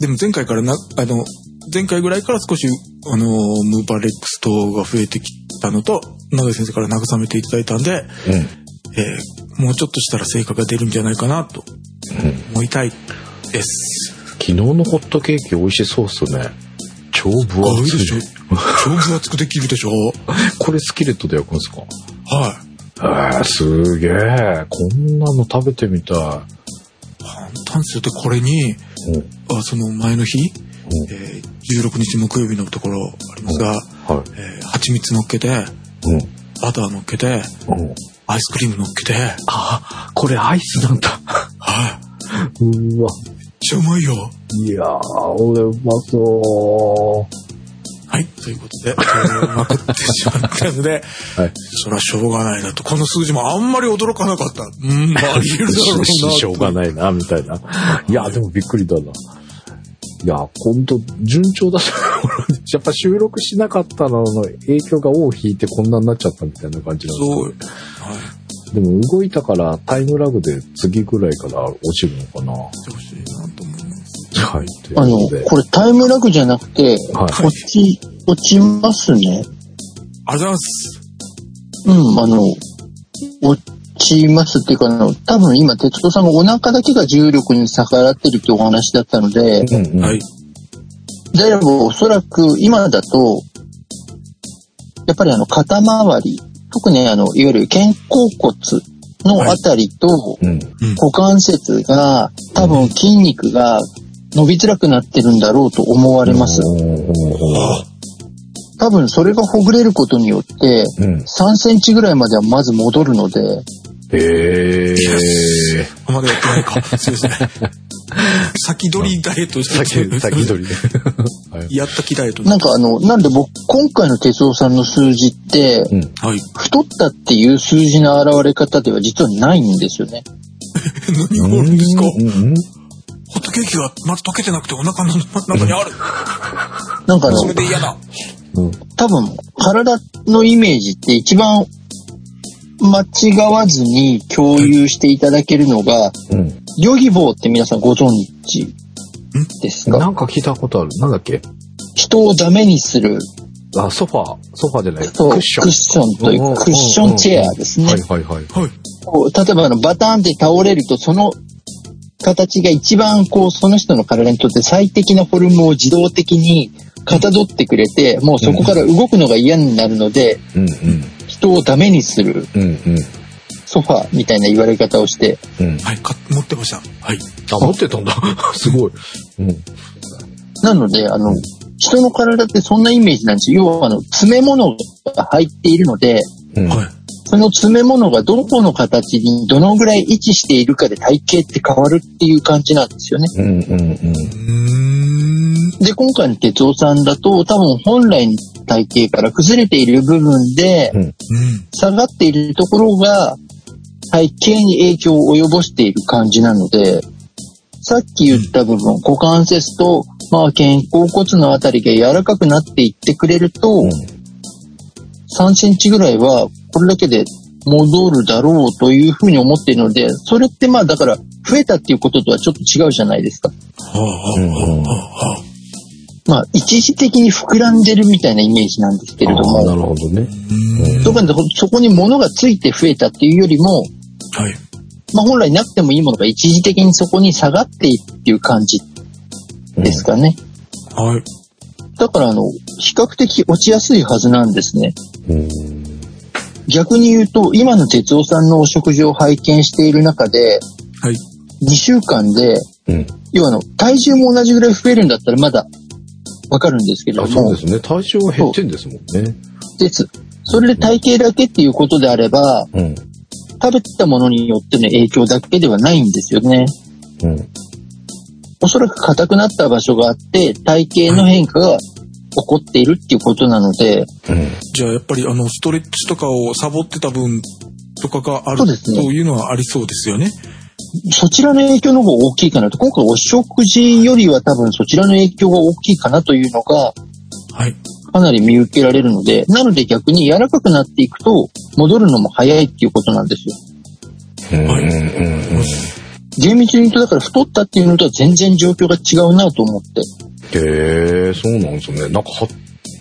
Speaker 3: でも前回からな、あの、前回ぐらいから少し、あの、ムーバレックス等が増えてきたのと、長井先生から慰めていただいたんで、
Speaker 2: うん。
Speaker 3: えーもうちょっとしたら成果が出るんじゃないかなと
Speaker 2: うん
Speaker 3: 思いたいです。
Speaker 2: 昨日のホットケーキ美味しそうっすね。超分
Speaker 3: あ、いい
Speaker 2: 厚
Speaker 3: でしょ
Speaker 2: い。
Speaker 3: 超分厚くできるでしょ
Speaker 2: これスキレットで焼くんですか
Speaker 3: は
Speaker 2: えー、すげえ。こんなの食べてみた
Speaker 3: い。簡単ですよ。で、これに、
Speaker 2: い。うん。
Speaker 3: あその前の日、
Speaker 2: うん
Speaker 3: えー16日木曜日のところありますが、
Speaker 2: は
Speaker 3: えー蜂蜜乗っけて、
Speaker 2: い。うん。
Speaker 3: バター乗っけて、
Speaker 2: うん。
Speaker 3: アイスクリーム乗っけて、はい。
Speaker 2: あ、これアイスなんだ。うわ。
Speaker 3: めっちゃうまいよ。
Speaker 2: いやー、俺うまそ
Speaker 3: はい。ということで、食べまくってしまったので、
Speaker 2: う。はい。
Speaker 3: そらしょうがないなと。この数字もあんまり驚かなかった。うん、まあ、ありえるだろうなと。
Speaker 2: しょうがないな、みたいな。いや、でもびっくりだな。いや、ほんと、順調だった。やっぱ収録しなかったのの影響が尾を引いてこんなになっちゃったみたいな感じなんです
Speaker 3: そう。はい。
Speaker 2: けどでも動いたからタイムラグで次ぐらいから落ちるのかな。
Speaker 3: してほしいなと思います。
Speaker 2: はい。という
Speaker 1: あの
Speaker 2: ことで、
Speaker 1: これタイムラグじゃなくて、
Speaker 2: はい。
Speaker 1: 落ち、落ちますね。
Speaker 3: ありがとうございます。
Speaker 1: うん、あの、落ちますっていうか、あの、多分今、哲夫さんがお腹だけが重力に逆らってるってお話だったので、
Speaker 2: うんうん
Speaker 3: はい。
Speaker 1: であればおそらく今だと、やっぱりあの、肩周り、特にあの、いわゆる肩甲骨のあたりと、
Speaker 2: うん。
Speaker 1: 股関節が、多分筋肉が伸びづらくなってるんだろうと思われます。
Speaker 2: うんうん
Speaker 1: 多分それがほぐれることによって、
Speaker 2: うん。うん。
Speaker 1: 3センチぐらいまではまず戻るので、
Speaker 2: えー。
Speaker 3: ここまでやってないか。すいません。先取りダイエットして
Speaker 2: 先、先取りで。はい。
Speaker 3: やった気ダイエット。
Speaker 1: なんかあの、なんで僕、今回の哲夫さんの数字って、
Speaker 2: うん。
Speaker 3: はい。
Speaker 1: 太ったっていう数字の現れ方では実はないんですよね。
Speaker 3: 何があるんですか
Speaker 2: うんうん
Speaker 3: ホットケーキがまだ溶けてなくてお腹の中にある。
Speaker 1: なんかあの
Speaker 3: そ、れで嫌だ。
Speaker 2: うん。
Speaker 1: 多分、体のイメージって一番間違わずに共有していただけるのが、
Speaker 2: うん。
Speaker 1: ヨギボーって皆さんご存知ですか
Speaker 2: なんか聞いたことある。なんだっけ
Speaker 1: 人をダメにする、
Speaker 2: あ、ソファー、ソファーじゃない。
Speaker 1: そうクッションとい
Speaker 2: うんうん
Speaker 1: うクッションチェアですね。
Speaker 2: はいはいはい。
Speaker 3: はい。
Speaker 1: こう例えばあのバターンって倒れるとその形が一番こうその人の体にとって最適なフォルムを自動的にかたどってくれてもうそこから動くのが嫌になるので
Speaker 2: うん
Speaker 1: 人をダメにする
Speaker 2: うん。うんうん。
Speaker 1: ソファーみたいな言われ方をして
Speaker 2: うん。
Speaker 3: はい。か持ってました。はい。
Speaker 2: あ、持ってたんだ。 すごい。うん。
Speaker 1: なのであの人の体ってそんなイメージなんですよ要はあの詰め物が入っているので
Speaker 2: うん。
Speaker 3: はい。
Speaker 1: その詰め物がどこの形にどのぐらい位置しているかで体型って変わるっていう感じなんですよね
Speaker 2: うんうんうん。
Speaker 3: うーん。
Speaker 1: で、今回の哲夫さんだと、多分本来の体型から崩れている部分で、
Speaker 3: うん。
Speaker 1: 下がっているところが、体型に影響を及ぼしている感じなので、さっき言った部分、股関節と、まあ、肩甲骨のあたりが柔らかくなっていってくれると、3センチぐらいは、これだけで戻るだろうというふうに思っているので、それってまあ、だから、増えたっていうこととはちょっと違うじゃないですか。
Speaker 3: はあはあはあはあはあ。
Speaker 1: まあ、一時的に膨らんでるみたいなイメージなんですけれど
Speaker 2: あーな
Speaker 1: も、
Speaker 2: るほどね。
Speaker 3: う
Speaker 1: 特にそこに物がついて増えたっていうよりも、
Speaker 3: ーん。はい。
Speaker 1: まあ、本来なくてもいいものが一時的にそこに下がっていくっていう感じですかね。
Speaker 3: はい。
Speaker 1: だから、あの、比較的落ちやすいはずなんですね。
Speaker 2: うん。
Speaker 1: 逆に言うと、今の哲夫さんのお食事を拝見している中で、
Speaker 3: はい。
Speaker 1: 2週間で、
Speaker 2: うん。
Speaker 1: 要はあの、体重も同じぐらい増えるんだったらまだわかるんですけれ
Speaker 2: あ、
Speaker 1: ど
Speaker 2: そう
Speaker 1: も
Speaker 2: で、すね。体重は減ってんですもんね。
Speaker 1: です。それで体型だけっていうことであれば、
Speaker 2: うん。
Speaker 1: 食べたものによっての影響だけではないんですよね。
Speaker 2: うん。
Speaker 1: おそらく硬くなった場所があって、体型の変化が起こっているっていうことなので、
Speaker 2: うん。
Speaker 3: じゃあやっぱりあのストレッチとかをサボってた分とかがある
Speaker 1: そうですね
Speaker 3: というのはありそうですよね。
Speaker 1: そちらの影響の方が大きいかなと。今回お食事よりは多分そちらの影響が大きいかなというのが、
Speaker 3: はい。
Speaker 1: かなり見受けられるので、なので逆に柔らかくなっていくと、戻るのも早いっていうことなんですよ。
Speaker 2: うん
Speaker 3: はい
Speaker 2: うんうん。へ
Speaker 1: 厳密に言うと、だから太ったっていうのとは全然状況が違うなと思って。
Speaker 2: え、そうなんですね。なんかは、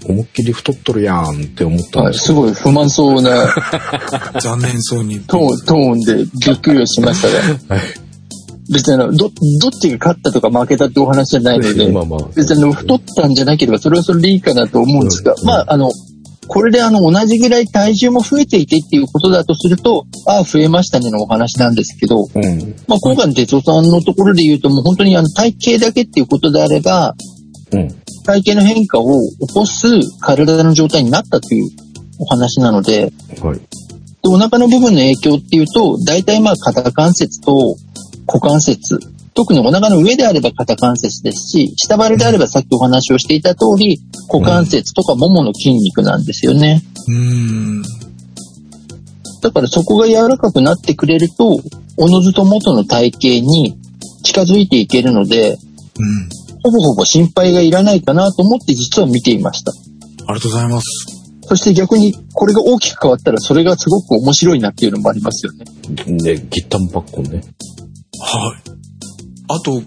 Speaker 2: 思いっきり太っとるやんって思ったん
Speaker 1: は
Speaker 2: で
Speaker 1: い、
Speaker 2: す
Speaker 1: すごい不満そうな
Speaker 3: 残念そうに。
Speaker 1: トーン、トーンでびっくりをしましたが、
Speaker 2: けど。
Speaker 1: 別にあの、ど、どっちが勝ったとか負けたってお話じゃないの
Speaker 2: はい。
Speaker 1: で
Speaker 2: ま、あまあ。
Speaker 1: 別にあの、太ったんじゃなければそれはそれでいいかなと思うんですが
Speaker 2: う、ん
Speaker 1: まあ、あの、これであの、同じぐらい体重も増えていてっていうことだとすると、ああ、増えましたねのお話なんですけど、
Speaker 2: うん。
Speaker 1: まあ、今回の哲夫さんのところで言うと、もう本当にあの体型だけっていうことであれば、
Speaker 2: うん。
Speaker 1: 体型の変化を起こす体の状態になったというお話なので、
Speaker 2: はい。
Speaker 1: でお腹の部分の影響っていうと、大体まあ肩関節と股関節、特にお腹の上であれば肩関節ですし、下腹であればさっきお話をしていた通り、股関節とかももの筋肉なんですよね。
Speaker 3: うーん。
Speaker 1: だからそこが柔らかくなってくれると、おのずと元の体型に近づいていけるので、
Speaker 3: うん。
Speaker 1: ほぼほぼ心配がいらないかなと思って実は見ていました。
Speaker 3: ありがとうございます。
Speaker 1: そして逆にこれが大きく変わったらそれがすごく面白いなっていうのもありますよね。
Speaker 2: ね、ギッタンバッコンね。
Speaker 3: はい。あと、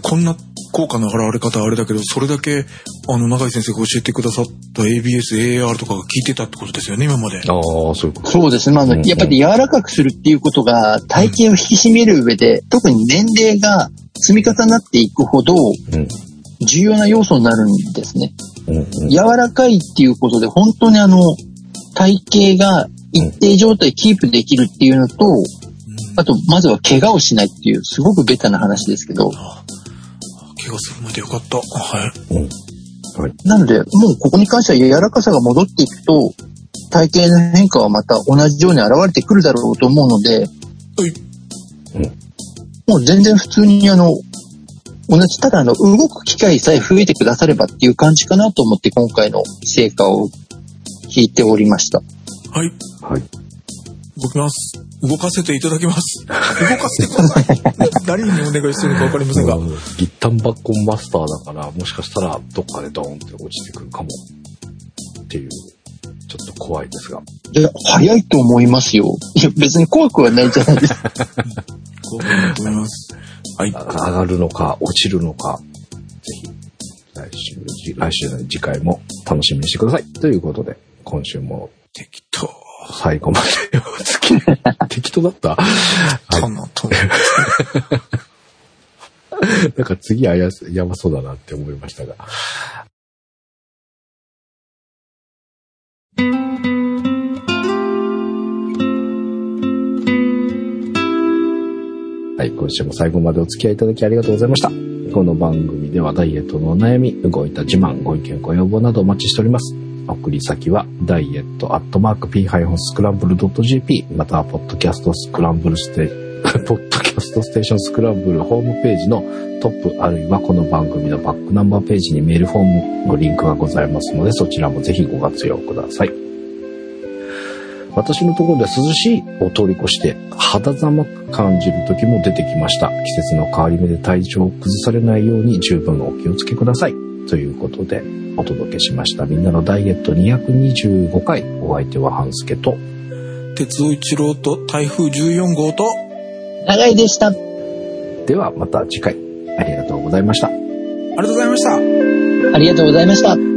Speaker 3: こんな効果の現れ方はあれだけど、それだけ、あの、永井先生が教えてくださった ABS、AR とかが効いてたってことですよね、今まで。
Speaker 2: ああ、そういうこと。
Speaker 1: そうですね。まああ
Speaker 2: うんう
Speaker 1: の、
Speaker 2: ん
Speaker 1: やっぱり柔らかくするっていうことが体型を引き締める上で、特に年齢が積み重なっていくほど
Speaker 2: うん。
Speaker 1: 重要な要素になるんですね。
Speaker 2: うんうん。
Speaker 1: 柔らかいっていうことで本当にあの、体型が一定状態キープできるっていうのと、
Speaker 3: うん
Speaker 1: あと、まずは怪我をしないっていう、すごくベタな話ですけど、
Speaker 3: 怪我するまでよかった。はい。
Speaker 2: うん。
Speaker 1: なので、もうここに関しては柔らかさが戻っていくと、体型の変化はまた同じように現れてくるだろうと思うので、
Speaker 3: はい
Speaker 1: もう全然普通にあの、同じ、ただあの、動く機会さえ増えてくださればっていう感じかなと思って今回の成果を聞いておりました。
Speaker 3: はい。
Speaker 2: はい。
Speaker 3: 動きます。動かせていただき ます。動かせてください。誰にお願いしてるのかわかりませんが。
Speaker 2: うんギッタンバッコンマスターだから、もしかしたらどっかでドーンって落ちてくるかも。っていう、ちょっと怖いですが。
Speaker 1: いや、早いと思いますよ。いや、別に怖くはないじゃない ですか。
Speaker 3: こうだと思います。はい。
Speaker 2: あ上がるのか、落ちるのか、ぜひ、来週、来週じゃない次回も楽しみにしてください。ということで、今週も
Speaker 3: 適当。
Speaker 2: 最後までお付き 合い。適当だった
Speaker 3: とのと。
Speaker 2: なんか次あやす、やばそうだなって思いましたが。はい、今週も最後までお付き合いいただきありがとうございました。この番組ではダイエットのお悩み、動いた自慢、ご意見、ご要望などお待ちしております。送り先は、ダイエットアットマーク p-scramble.jp、または、ポッドキャストスクランブルステ、 ポッドキャストステーションスクランブルホームページのトップあるいはこの番組のバックナンバーページにメールフォームのリンクがございますのでそちらもぜひご活用ください私のところでは涼しいを通り越して肌寒く感じる時も出てきました季節の変わり目で体調を崩されないように十分お気をつけくださいということでお届けしましたみんなのダイエット225回お相手は半助と
Speaker 3: 鉄尾一郎と台風14号と、
Speaker 1: 長いでした。
Speaker 2: ではまた次回ありがとうございました
Speaker 3: ありがとうございました。
Speaker 1: ありがとうございました。